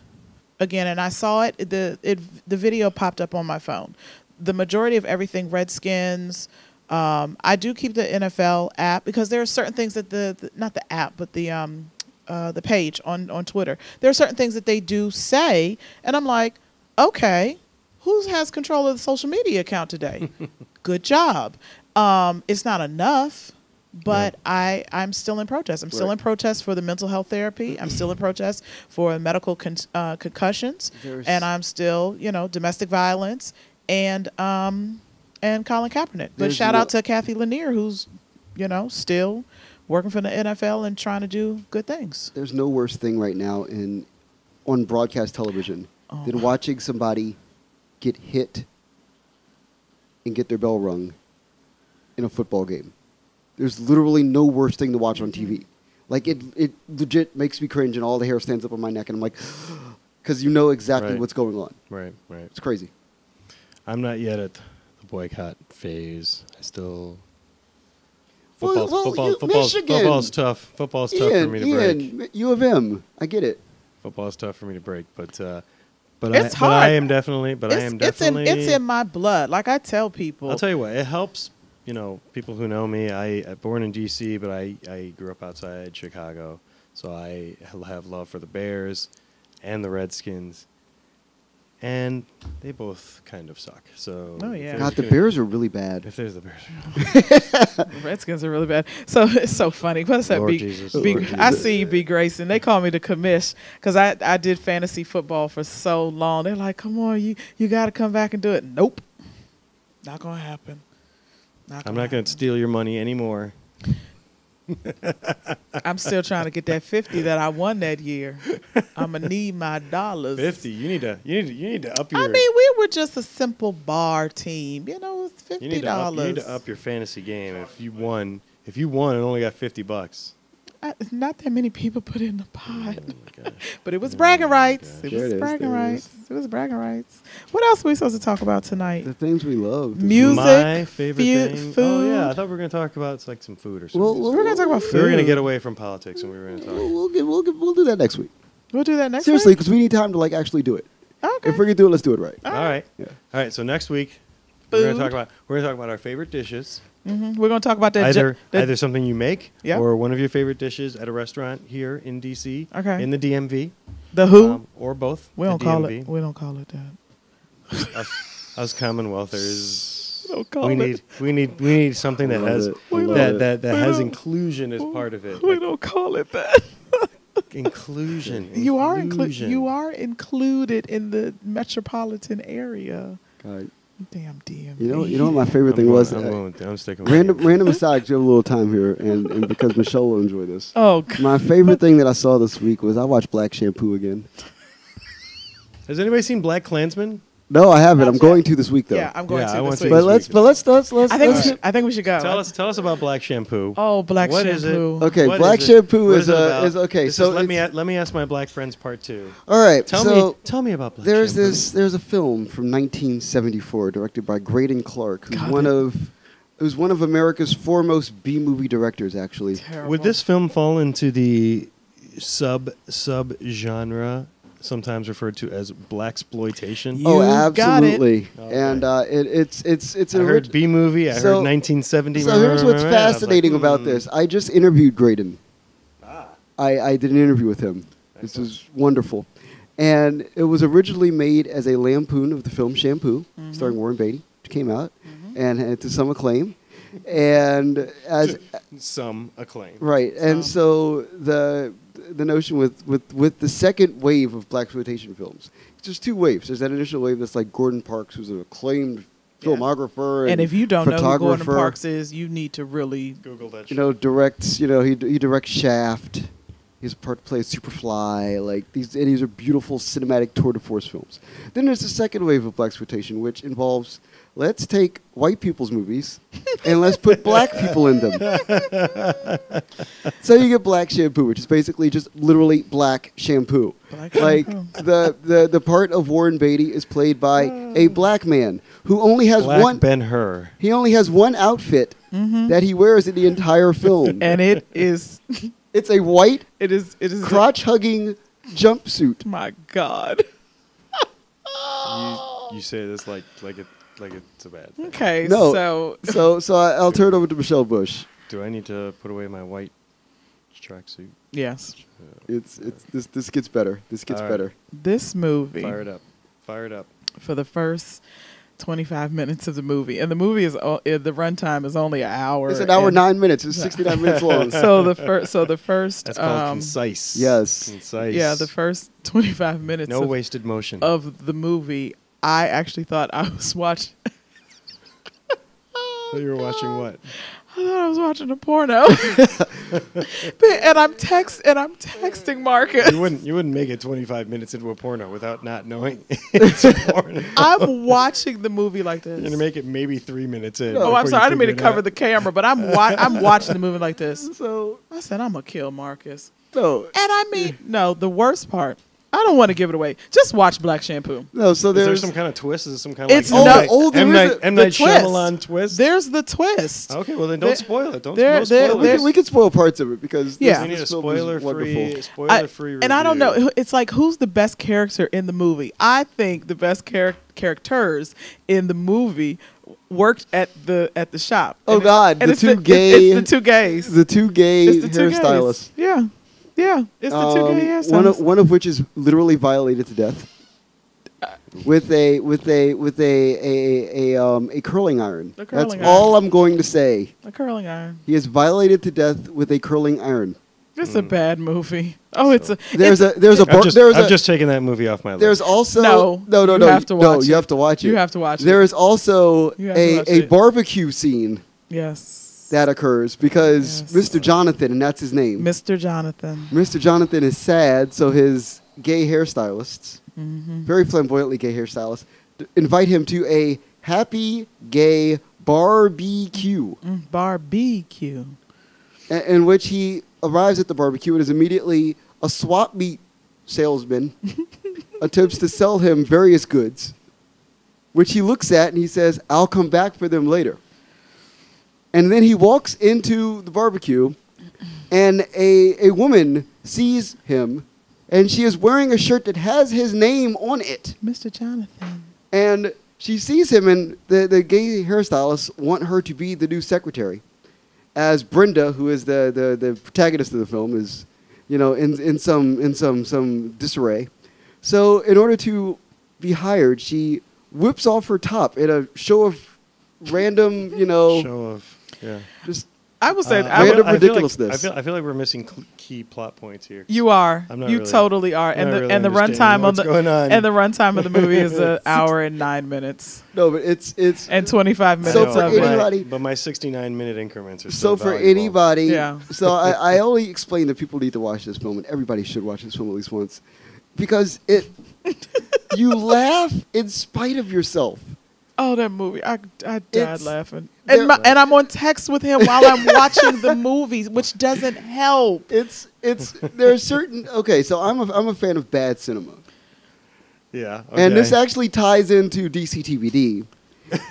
again, and I saw it. the it The video popped up on my phone. The majority of everything Redskins. Um, I do keep the NFL app because there are certain things that the, the not the app but the um uh, the page on on Twitter. There are certain things that they do say, and I'm like, okay, who has control of the social media account today? Good job. Um, it's not enough, but I I'm still in protest. I'm still
Right.
in protest for the mental health therapy. I'm still in protest for medical con- uh, concussions,
There's-
and I'm still you know domestic violence and um and Colin Kaepernick. But
There's
shout
no-
out to Kathy Lanier who's you know still working for the NFL and trying to do good things.
there's no worse thing right now in on broadcast television
Oh.
than watching somebody get hit and get their bell rung in a football game. There's literally no worse thing to watch on
Mm-hmm.
TV. Like it, it legit makes me cringe, and all the hair stands up on my neck, and I'm like, because you know exactly
Right.
what's going on.
Right, right.
It's crazy.
I'm not yet at the boycott phase. I still.
Well,
Football's,
well,
football,
you-
football's,
Michigan.
football's tough. Football's tough for me to break.
Ian, U of M, I get it.
Football's tough for me to break, but uh, but
It's
I, but I
hard.
am definitely, but I am definitely.
It's in, it's in my blood. Like I tell people,
I'll tell you what, it helps. You know, people who know me, I I'm born in D.C., but I I grew up outside Chicago, so I have love for the Bears and the Redskins, and they both kind of suck. So
Oh,
if
yeah.
there's
God, the
gonna-
Bears are really bad.
If there's the Bears,
Redskins are really bad. So it's so funny. What's that?
Lord
B,
Jesus,
B-
Lord
I
Jesus.
see you, B Grayson. They call me the commish because I, I did fantasy football for so long. They're like, come on, you you got to come back and do it. Nope, not gonna happen.
I'm not going to
happen.
steal your money anymore.
I'm still trying to get that fifty that I won that year. I'm gonna need my dollars.
Fifty. You need to. You need. To, you need to up your.
I mean, we were just a simple bar team. You know, it's
you
fifty
need to up, you need
dollars.
to up your fantasy game. If you won, if you won and only got fifty bucks.
Not that many people put in the pot.
Oh my gosh.
But it was
Oh
bragging
my
rights.
gosh.
It was
There Mm, it is,
bragging
there it
rights. It was bragging rights. What else are we supposed to talk about tonight?
The things we love. the
Music.
My favorite
fu-
thing. Oh yeah, I
food.
thought we were going to talk about like some food or something.
Well, well,
We're gonna talk about
we were going to
food.
get away from politics and we were going to
We'll,
talk.
we'll, get, we'll, get, we'll do that next week.
We'll do that next
Seriously,
week.
because we need time to like actually do it.
Okay.
If we're gonna do it, let's do it right.
All right.
Yeah.
All right. So next week, we're going
Food.
to talk about we're going to talk about our favorite dishes.
Mhm. We're gonna talk about that. ju-
either
that-
either something you make
Yeah.
or one of your favorite dishes at a restaurant here in D.C.
Okay.
In the DMV.
the who?
Um, or both.
we
the
don't call
DMV.
it. We don't call it that.
us, us Commonwealthers.
Don't call
We
it.
need we need we need something that
Love
has
it.
We love
that,
it.
that that
We
has
love-
inclusion as part of it.
We
Like
don't call it that.
inclusion.
You are included. You are included in the metropolitan area.
God,
Damn DMV.
you know, you know what my favorite thing was.
I'm,
Uh,
going with- I'm sticking with
random,
you.
random aside, 'cause we have a little time here, and, and because Michelle will enjoy this.
Oh, God.
My favorite thing that I saw this week was I watched Black Shampoo again.
Has anybody seen Black Klansman?
No, I haven't. I'm
Not
going
yet.
to this week though.
yeah, I'm going
Yeah, I
to
want
this
to
week.
but
this
let's,
week.
but let's let's let's.
I think we
let's-
should. I think we should go.
Tell us tell us about Black Shampoo.
Oh, black
What is it?
shampoo.
Okay,
What
Black
is it?
Shampoo
What
is,
it
uh,
about?
is- okay,
This
so
is let me
it's-
a- let me ask my black friends part two.
All right.
Tell
so
me tell me about Black
there's
Shampoo.
this there's a film from 1974 directed by Graydon Clark, who's
God,
one
that-
of who's one of America's foremost B movie directors. Actually,
Terrible.
Would this film fall into the sub sub genre, sometimes referred to as black exploitation?
You
oh,
got it.
absolutely.
Okay.
And uh, it, it's it's it's
I
an
heard
orig-
B movie. I heard
So-
1970.
So here's what's
I was like,
fascinating about
hmm. Ah.
this. I just interviewed Graydon. I, I did an interview with him. This is wonderful. And it was originally made as a lampoon of the film Shampoo,
Mm-hmm.
starring Warren Beatty, which came out and had to some acclaim. And as
"Hmm, Some acclaim.
right, and so the the notion with, with, with the second wave of black exploitation films, there's two waves. There's that initial wave that's like Gordon Parks, who's an acclaimed
Yeah.
filmographer, and,
And if you don't know who Gordon
photographer.
Parks is, you need to really.
Google that.
you
shit.
know, directs. You know, he he directs Shaft. He's part to play as Superfly, like these, and these are beautiful cinematic tour de force films. Then there's the second wave of black exploitation, which involves let's take white people's movies and let's put black people in them. so you get black shampoo, which is basically just literally black shampoo.
Black
like the, the the part of Warren Beatty is played by a black man who only has
Black
one.
Ben Hur.
He only has one outfit that he wears in the entire film.
Mm-hmm. and it is,
it's a white
it is, it is.
crotch hugging jumpsuit.
my God.
Oh!
You, you say this like like it like it's a bad. Thing.
Okay,
No.
so
So so I, I'll turn it over to Michelle Bush.
Do I need to put away my white tracksuit?
yes,
It's it's this this gets better. This gets
All right.
better.
this movie
Fire it up. Fire it up.
for the first. 25 minutes of the movie and the movie is o- uh, the runtime is only an hour
It's an hour
and-
nine minutes. It's sixty nine minutes long.
so the first so the first
That's called
um,
concise.
yes.
Concise.
yeah the first 25 minutes
No
of,
wasted motion.
of the movie i actually thought i was watching
so you were
Oh.
watching what?
I thought I was watching a porno, But- and I'm text and I'm texting Marcus.
You wouldn't. You wouldn't make it 25 minutes into a porno without not knowing it's a porno.
I'm watching the movie like this.
You're gonna make it maybe three minutes in.
oh, I'm
before
sorry,
you
I didn't mean to
figure it
cover
out.
the camera, but I'm wa- I'm watching the movie like this.
So
I said I'm gonna kill Marcus,
no
and I mean no. The worst part, I don't want to give it away. Just watch Black Shampoo.
no. So
Is there
there's
some kind of twist? Is it some kind of
It's
like
not-
M.
oh, there
M.
is
Night,
a-
M.
the
Night
twist.
Shyamalan twist?
There's the twist.
Okay, well then don't
There-
spoil it. Don't,
there-
no
there-
spoilers.
we, can, we can spoil parts of it because this-
Yeah.
We need a
this film is
spoiler free,
wonderful.
I-
spoiler free.
and I don't know. It's like who's the best character in the movie? I think the best charac characters in the movie worked at the at the shop.
Oh,
And it's-
God,
and
the
it's
two
the, it's-
gay-
It's, the two gays.
The two gay
it's the two
hairstylists.
gays. Yeah, yeah. It's the two
Um,
gay hairstylists.
one, of, one of which is literally violated to death with a with a with a a, a, um, a curling iron.
A curling
That's
iron.
all I'm going to say.
a curling iron.
He is violated to death with a curling iron.
It's a bad movie. Oh, it's a
There's
it's,
a there's a
I've
bar,
just,
there's
I've
a
just taken that movie off my
there's
list.
also
No,
no no
you
no
have to
no
watch
you
it.
have to watch it.
you have to watch.
There
it.
is also
You have to
a
watch
a
it.
barbecue scene
yes,
that occurs because
Yes.
Mr. Jonathan and that's his name.
Mr. Jonathan.
Mr. Jonathan is sad, so his gay hairstylists,
Mhm.
very flamboyantly gay hairstylists, d- invite him to a happy gay barbecue,
Mm, barbecue.
a- in which he arrives at the barbecue and is immediately a swap meet salesman attempts to sell him various goods, which he looks at and he says, "I'll come back for them later." And then he walks into the barbecue, and a, a woman sees him, and she is wearing a shirt that has his name on it.
Mr. Jonathan.
And she sees him, and the, the gay hairstylists want her to be the new secretary. As Brenda, who is the, the, the protagonist of the film, is, you know, in, in, some, in some, some disarray. So, in order to be hired, she whips off her top in a show of random, you know,
show of yeah.
just
I will say
Uh,
I
Random
would,
feel- feel like-
ridiculousness.
I feel, I feel like we're missing cl- key plot points here.
You are.
I'm not
you
really-
totally are.
I'm
And
not
the
really
and the
understanding
runtime on
what's
the
going on.
and the runtime of the movie is an hour and nine minutes
no, but it's it's
and twenty five
I
minutes
So
know,
for
of
but-
it.
anybody-
but my 69 minute increments are so,
so for
valuable.
anybody.
Yeah.
So I, I only explain that people need to watch this film, and everybody should watch this film at least once, because it you laugh in spite of yourself.
Oh, that movie! I, I died
It's-
laughing,
there-
and my, and I'm on text with him while I'm watching the movies, which doesn't help.
It's it's there are certain okay. So I'm a I'm a fan of bad cinema,
yeah,
and this
okay.
actually ties into DCTBD.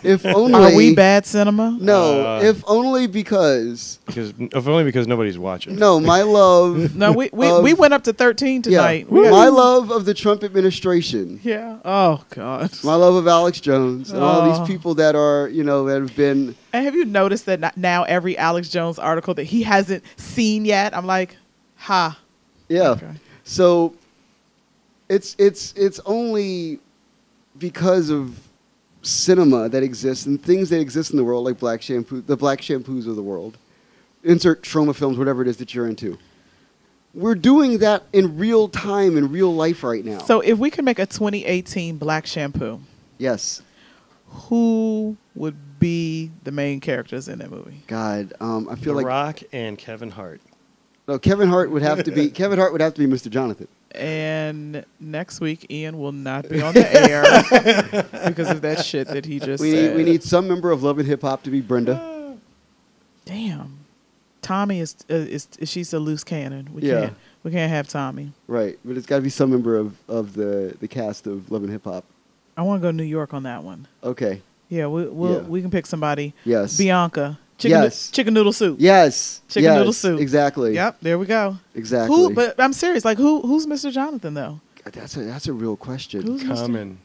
If only
Are we bad cinema?
No,
Uh.
if only because
because if only because nobody's watching.
no, my love.
No, we we,
Um,
Of-
we went up to thirteen
yeah,
tonight. We
my
had-
love of the Trump administration.
Yeah. Oh God.
My love of Alex Jones and all
Oh.
these people that are, you know, that have been.
And have you noticed that not- now every Alex Jones article that he hasn't seen yet, I'm like, ha.
Yeah.
Okay.
So it's it's it's only because of cinema that exists and things that exist in the world like black shampoo the black shampoos of the world. Insert trauma films, whatever it is that you're into. We're doing that in real time in real life right now.
So if we could make a 2018 black shampoo,
yes.
who would be the main characters in that movie?
God, um, I feel
The
like
Rock and Kevin Hart.
No, Kevin Hart would have to be Kevin Hart would have to be Mr. Jonathan.
And next week, Ian will not be on the air because of that shit that he just
We
said.
need, we need some member of Love and Hip Hop to be
Ah.
Brenda.
Damn, Tommy is uh, is she's a loose cannon. We
Yeah.
can't we can't have Tommy.
Right, but it's got to be some member of, of the, the cast of Love and Hip Hop.
I want to go to New York on that one.
Okay.
Yeah, we we'll,
Yeah.
we can pick somebody.
Yes.
Bianca. Chicken, noo-
Yes.
chicken noodle soup.
Yes.
Chicken
yes,
noodle soup.
Exactly.
Yep. There we go.
Exactly.
Who? But I'm serious. Like who? Who's Mr. Jonathan though?
that's a that's a real question.
Who's Mr.
Common.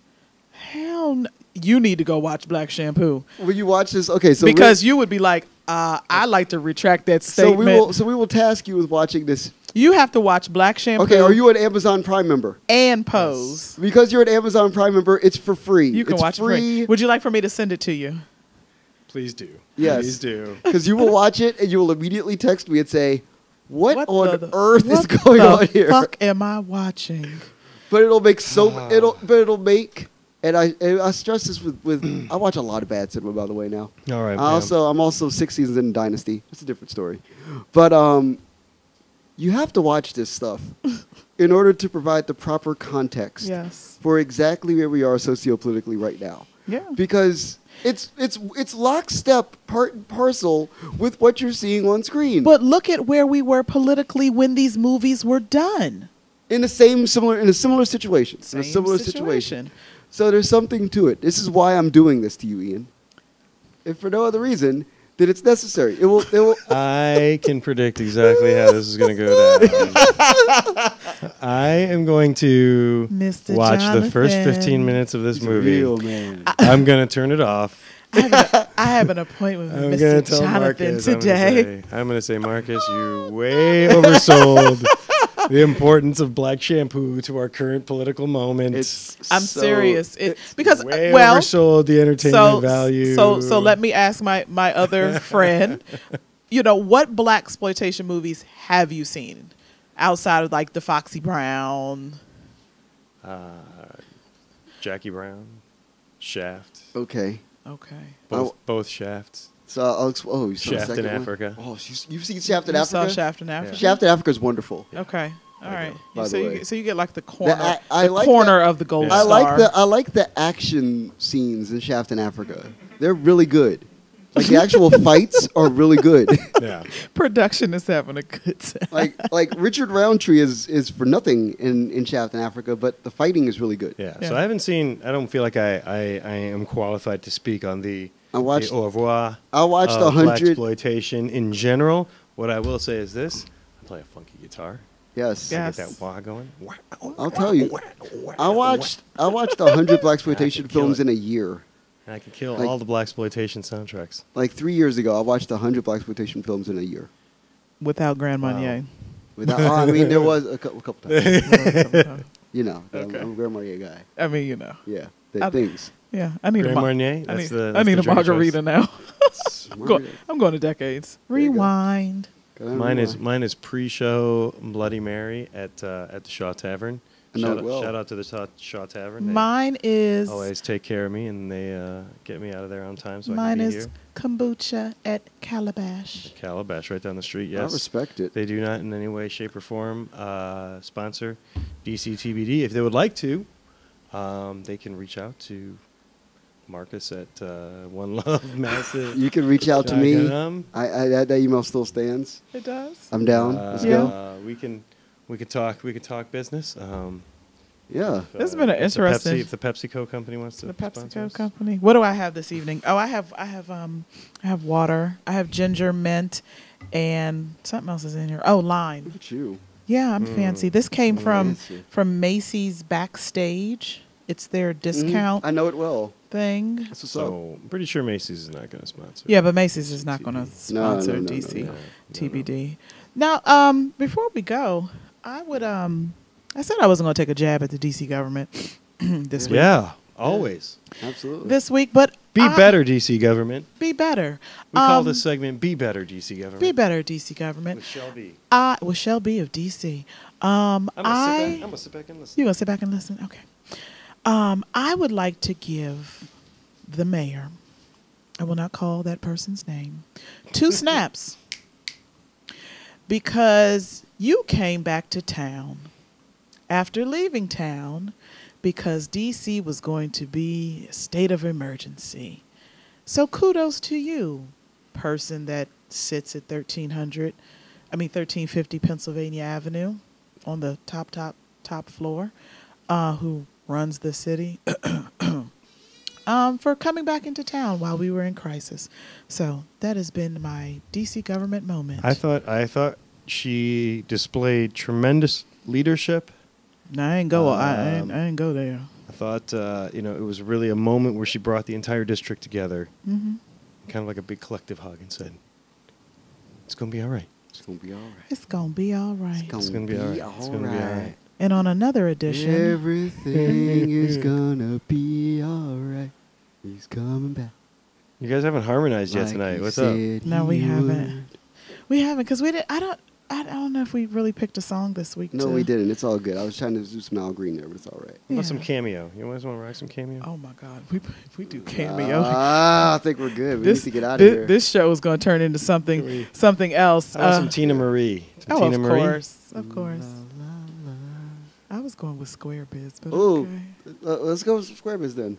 Hell, n- you need to go watch Black Shampoo
Will you watch this? Okay, so
because you would be like, uh, I like to retract that
we so
statement.
we will so we will task you with watching this.
you have to watch Black Shampoo.
Okay, are you an Amazon Prime member?
and Pose?
Because you're an Amazon Prime member, it's for free.
You can
it's
watch it free.
free.
Would you like for me to send it to you?
Please do.
Yes.
Please do.
Because you will watch it and you will immediately text me and say, "What, on
the-
earth is
what
going
the
on here?"
Fuck, am I watching?
But it'll make so
Uh-huh.
it'll but it'll make and I and I stress this with with I watch a lot of bad cinema by the way now.
All right.
I also I'm also six seasons in Dynasty. That's a different story. But um, you have to watch this stuff in order to provide the proper context
Yes.
for exactly where we are sociopolitically right now.
Yeah.
Because it's it's it's lockstep part and parcel with what you're seeing on screen.
But look at where we were politically when these movies were done.
in the same similar in a similar situation. in
Same
a similar
situation.
So there's something to it. This is why I'm doing this to you, Ian. If for no other reason that it's necessary. It will it will
I can predict exactly how this is going to go down. I am going to
Mr.
watch the first
Jonathan.
15 minutes of this
He's a
movie.
real man.
I'm going to turn it off.
I have, an, I have an appointment with
I'm going to
Mr.
tell
Jonathan
Marcus.
today.
I'm going to say, Marcus, you way oversold the importance of black shampoo to our current political moment.
I'm
so-
serious. It, because uh,
way
well,
oversold the entertainment
so
value.
so so let me ask my my other friend, you know, what black exploitation movies have you seen outside of like the Foxy Brown?
Uh, Jackie Brown, Shaft,
okay.
Okay.
both,
Oh.
both Shafts.
So I'll exp- oh, you saw the
Shaft in
second one?
Africa.
Oh, you, you've seen Shaft in
You saw
Africa.
Shaft in Africa.
Shaft in Africa is wonderful.
Okay. All
I
right.
know,
by
so
the
you
way.
get, so you get like the corner,
I- I
the
like
corner
that-
of the gold
Yeah.
I like
star.
the uh, I like the action scenes in Shaft in Africa. They're really good. Like the actual fights are really good.
Yeah.
Production is having a good time.
like like Richard Roundtree is is for nothing in in Shaft in Africa, but the fighting is really good.
Yeah.
Yeah.
So I haven't seen. I don't feel like I, I, I am qualified to speak on the,
I watched-
the au revoir.
I watched
of
100
exploitation in general. What I will say is this: I play a funky guitar.
Yes.
Yeah.
I
Yes.
Get that wah going. Wah, wah,
I'll tell you.
wah, wah,
I watched I watched a hundred black
I
exploitation
could kill
films
it.
in a year.
And I can kill
Like-
all the black exploitation soundtracks.
Like three years ago, I watched a hundred black exploitation films in a year.
Without Grand
Wow.
Marnier.
Without, oh, I mean, there was a couple, couple times. You know,
Okay.
I'm, I'm a Grand Marnier guy.
I mean, you know.
Yeah, the
I'm-
things.
Yeah, I need
Grand
a
Marnier.
I
That's
need,
the.
I
that's
need
the
a
drink choice.
margarita now. I'm, going,
Margarita.
I'm going to decades.
There you go.
Rewind.
Can I
Mine is
rewind?
mine is pre-show Bloody Mary at uh, at the Shaw Tavern.
I know
Shout
it
out,
well.
shout out to the Shaw, Shaw Tavern. They
Mine is
always take care of me and they uh, get me out of there on time so
mine
I can be
is kombucha at Calabash.
here. Calabash right down the street.
I
Yes.
respect it.
They do not in any way, shape, or form uh, sponsor DCTBD. If they would like to, um, they can reach out to Marcus at uh, One Love Massive.
You can reach out to
Should I
me.
get 'em?
I, I that, that email still stands.
It does.
I'm down. Let's
Uh,
go.
uh, we can we can talk we can talk business. Um,
Yeah.
if,
This has been an
Uh, if the
interesting-
Pepsi, if the PepsiCo company wants to
the
sponsor
PepsiCo
us.
company. What do I have this evening? Oh, I have I have um I have water. I have ginger mint and something else is in here. Oh, lime.
Look at you.
Yeah, I'm fancy. This came from
Fancy.
from Macy's backstage. It's their discount
Mm, Mm-hmm. I know it well.
thing.
That's what's up.
So I'm pretty sure Macy's is not going to sponsor.
Yeah, but Macy's is not going to
TBD.
No, no,
sponsor
no, no,
DC
no,
no, no.
TBD. Now, um, before we go, I would um, I said I wasn't going to take a jab at the DC government this week.
yeah, Uh, always
Absolutely.
This week, but
be
I-
better, DC government.
Be better.
We call
Um,
this segment "Be Better, DC Government."
Be better, DC government.
with Shelby.
I well, Shelby of DC. Um,
I'm gonna,
I
sit back, I'm gonna sit back and listen.
you gonna sit back and listen? Okay. Um, I would like to give the mayor. I will not call that person's name. Two snaps. because you came back to town after leaving town because DC was going to be a state of emergency. So kudos to you, person that sits at 1300, I mean 1350 Pennsylvania Avenue on the top, top, top floor, uh, who runs the city. um, for coming back into town while we were in crisis. So that has been my DC government moment.
I thought I thought she displayed tremendous leadership.
No, I ain't go. I, I, ain't, I ain't go there.
I thought uh, you know it was really a moment where she brought the entire district together,
Mm-hmm.
kind of like a big collective hug, and said, "It's gonna be all right."
It's gonna be all right.
It's gonna be all right.
It's gonna be all right. It's gonna be all right.
and on another edition,
Everything is gonna be all right. He's coming back.
You guys haven't harmonized yet
like
tonight.
he
What's up?
said
No, we
he
haven't.
would.
we haven't because we did. I don't. I I don't know if we really picked a song this week.
No,
to-
we didn't. It's all good. I was trying to do some Al Green there, but it's all right.
How
Yeah.
about some cameo? You guys want to rock some cameo?
Oh my God, we we do cameo.
Ah, I think we're good. We
this,
need to get out
thi-
of here.
this show is gonna turn into
Can
something
we-
something else.
How about
Uh,
some Tina Marie? Some
oh,
Tina
of
Marie?
course, of course.
La,
I was going with Square Biz, but
Ooh.
okay.
la, la. Uh, let's go with some Squarebiz then.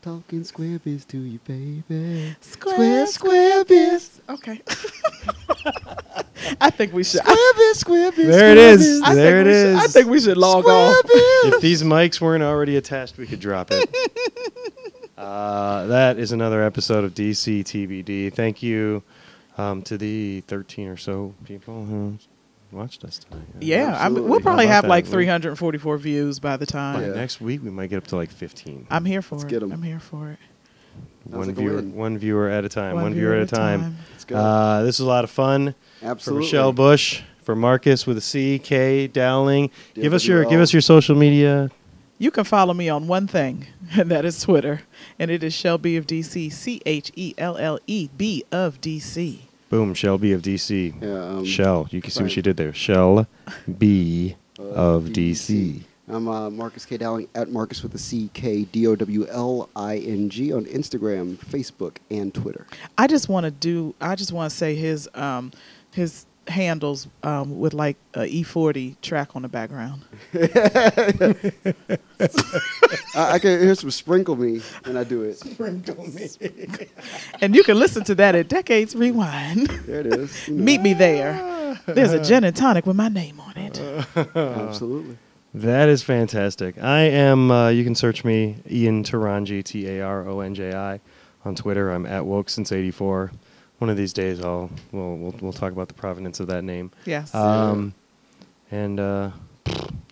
Talking Squarebiz to you, baby.
Square,
Square Biz.
Okay. I think we should.
Squarebiz, Squarebiz.
There it is.
I
There it
think we
is.
should- I think we should log off.
If these mics weren't already attached, we could drop it. uh, that is another episode of DC TBD. Thank you um, to the 13 or so people who watched us tonight.
Yeah, I mean, we'll
Absolutely.
probably
How about
have like
that?
344 views by the
By
time.
Yeah.
next week, we might get up to like 15.
I'm here for
Let's
it.
get 'em.
I'm here for it.
Sounds
one,
like a
viewer,
win.
one viewer at a time. One, viewer at a time.
Let's go.
Uh, this was a lot of fun. For
Absolutely.
Michelle Bush, for Marcus with a C, K, Dowling. Give us your
DWL.
give us your social media.
You can follow me on one thing, and that is Twitter. And it is Shelby of DC, C H E L L E B of DC.
Boom, Shelby of DC.
Yeah, um,
Shell. You can see what
fine.
she did there. Shell B of DC.
I'm uh, Marcus K. Dowling at Marcus with a C K D O W L I N G on Instagram, Facebook, and Twitter.
I just want to do. I just want to say his um, his handles um, with like a E40 track on the background.
I, I can hear some sprinkle me when I do it.
And you can listen to that at Decades Rewind.
There it is. You know.
Meet me there. There's a gin and tonic with my name on it.
Absolutely.
That is fantastic. I am. Uh, you can search me Ian Taranji T A R O N J I on Twitter. I'm at woke since '84. One of these days, I'll we'll, we'll we'll talk about the provenance of that name.
Yes.
Um, and uh,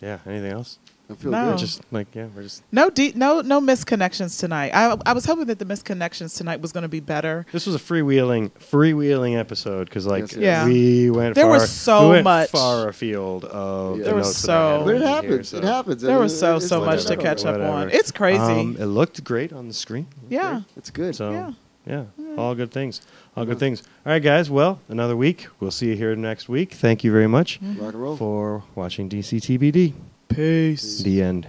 yeah, anything else?
I feel
No.
good.
Just like yeah, we're just.
no, de- no, no misconnections tonight. I, I was hoping that the misconnections tonight was going to be better.
This was a freewheeling freewheeling episode because like
Yes, it Yeah.
is.
we went.
There
far,
was so
we went
much.
far afield of
Yeah.
the
There was
notes that I had
so-
But it
written here,
happens.
so-
It happens.
There
It-
was so
it's
so
like
much
that.
to
Whatever,
catch up
whatever.
on. It's crazy.
Um, it looked great on the screen.
yeah.
It's good.
So
Yeah.
yeah, all good things, all good things. All right, guys. Well, another week. We'll see you here
Mm-hmm.
next week. Thank you very much
Rock and roll.
for watching DC TBD.
Peace.
The end.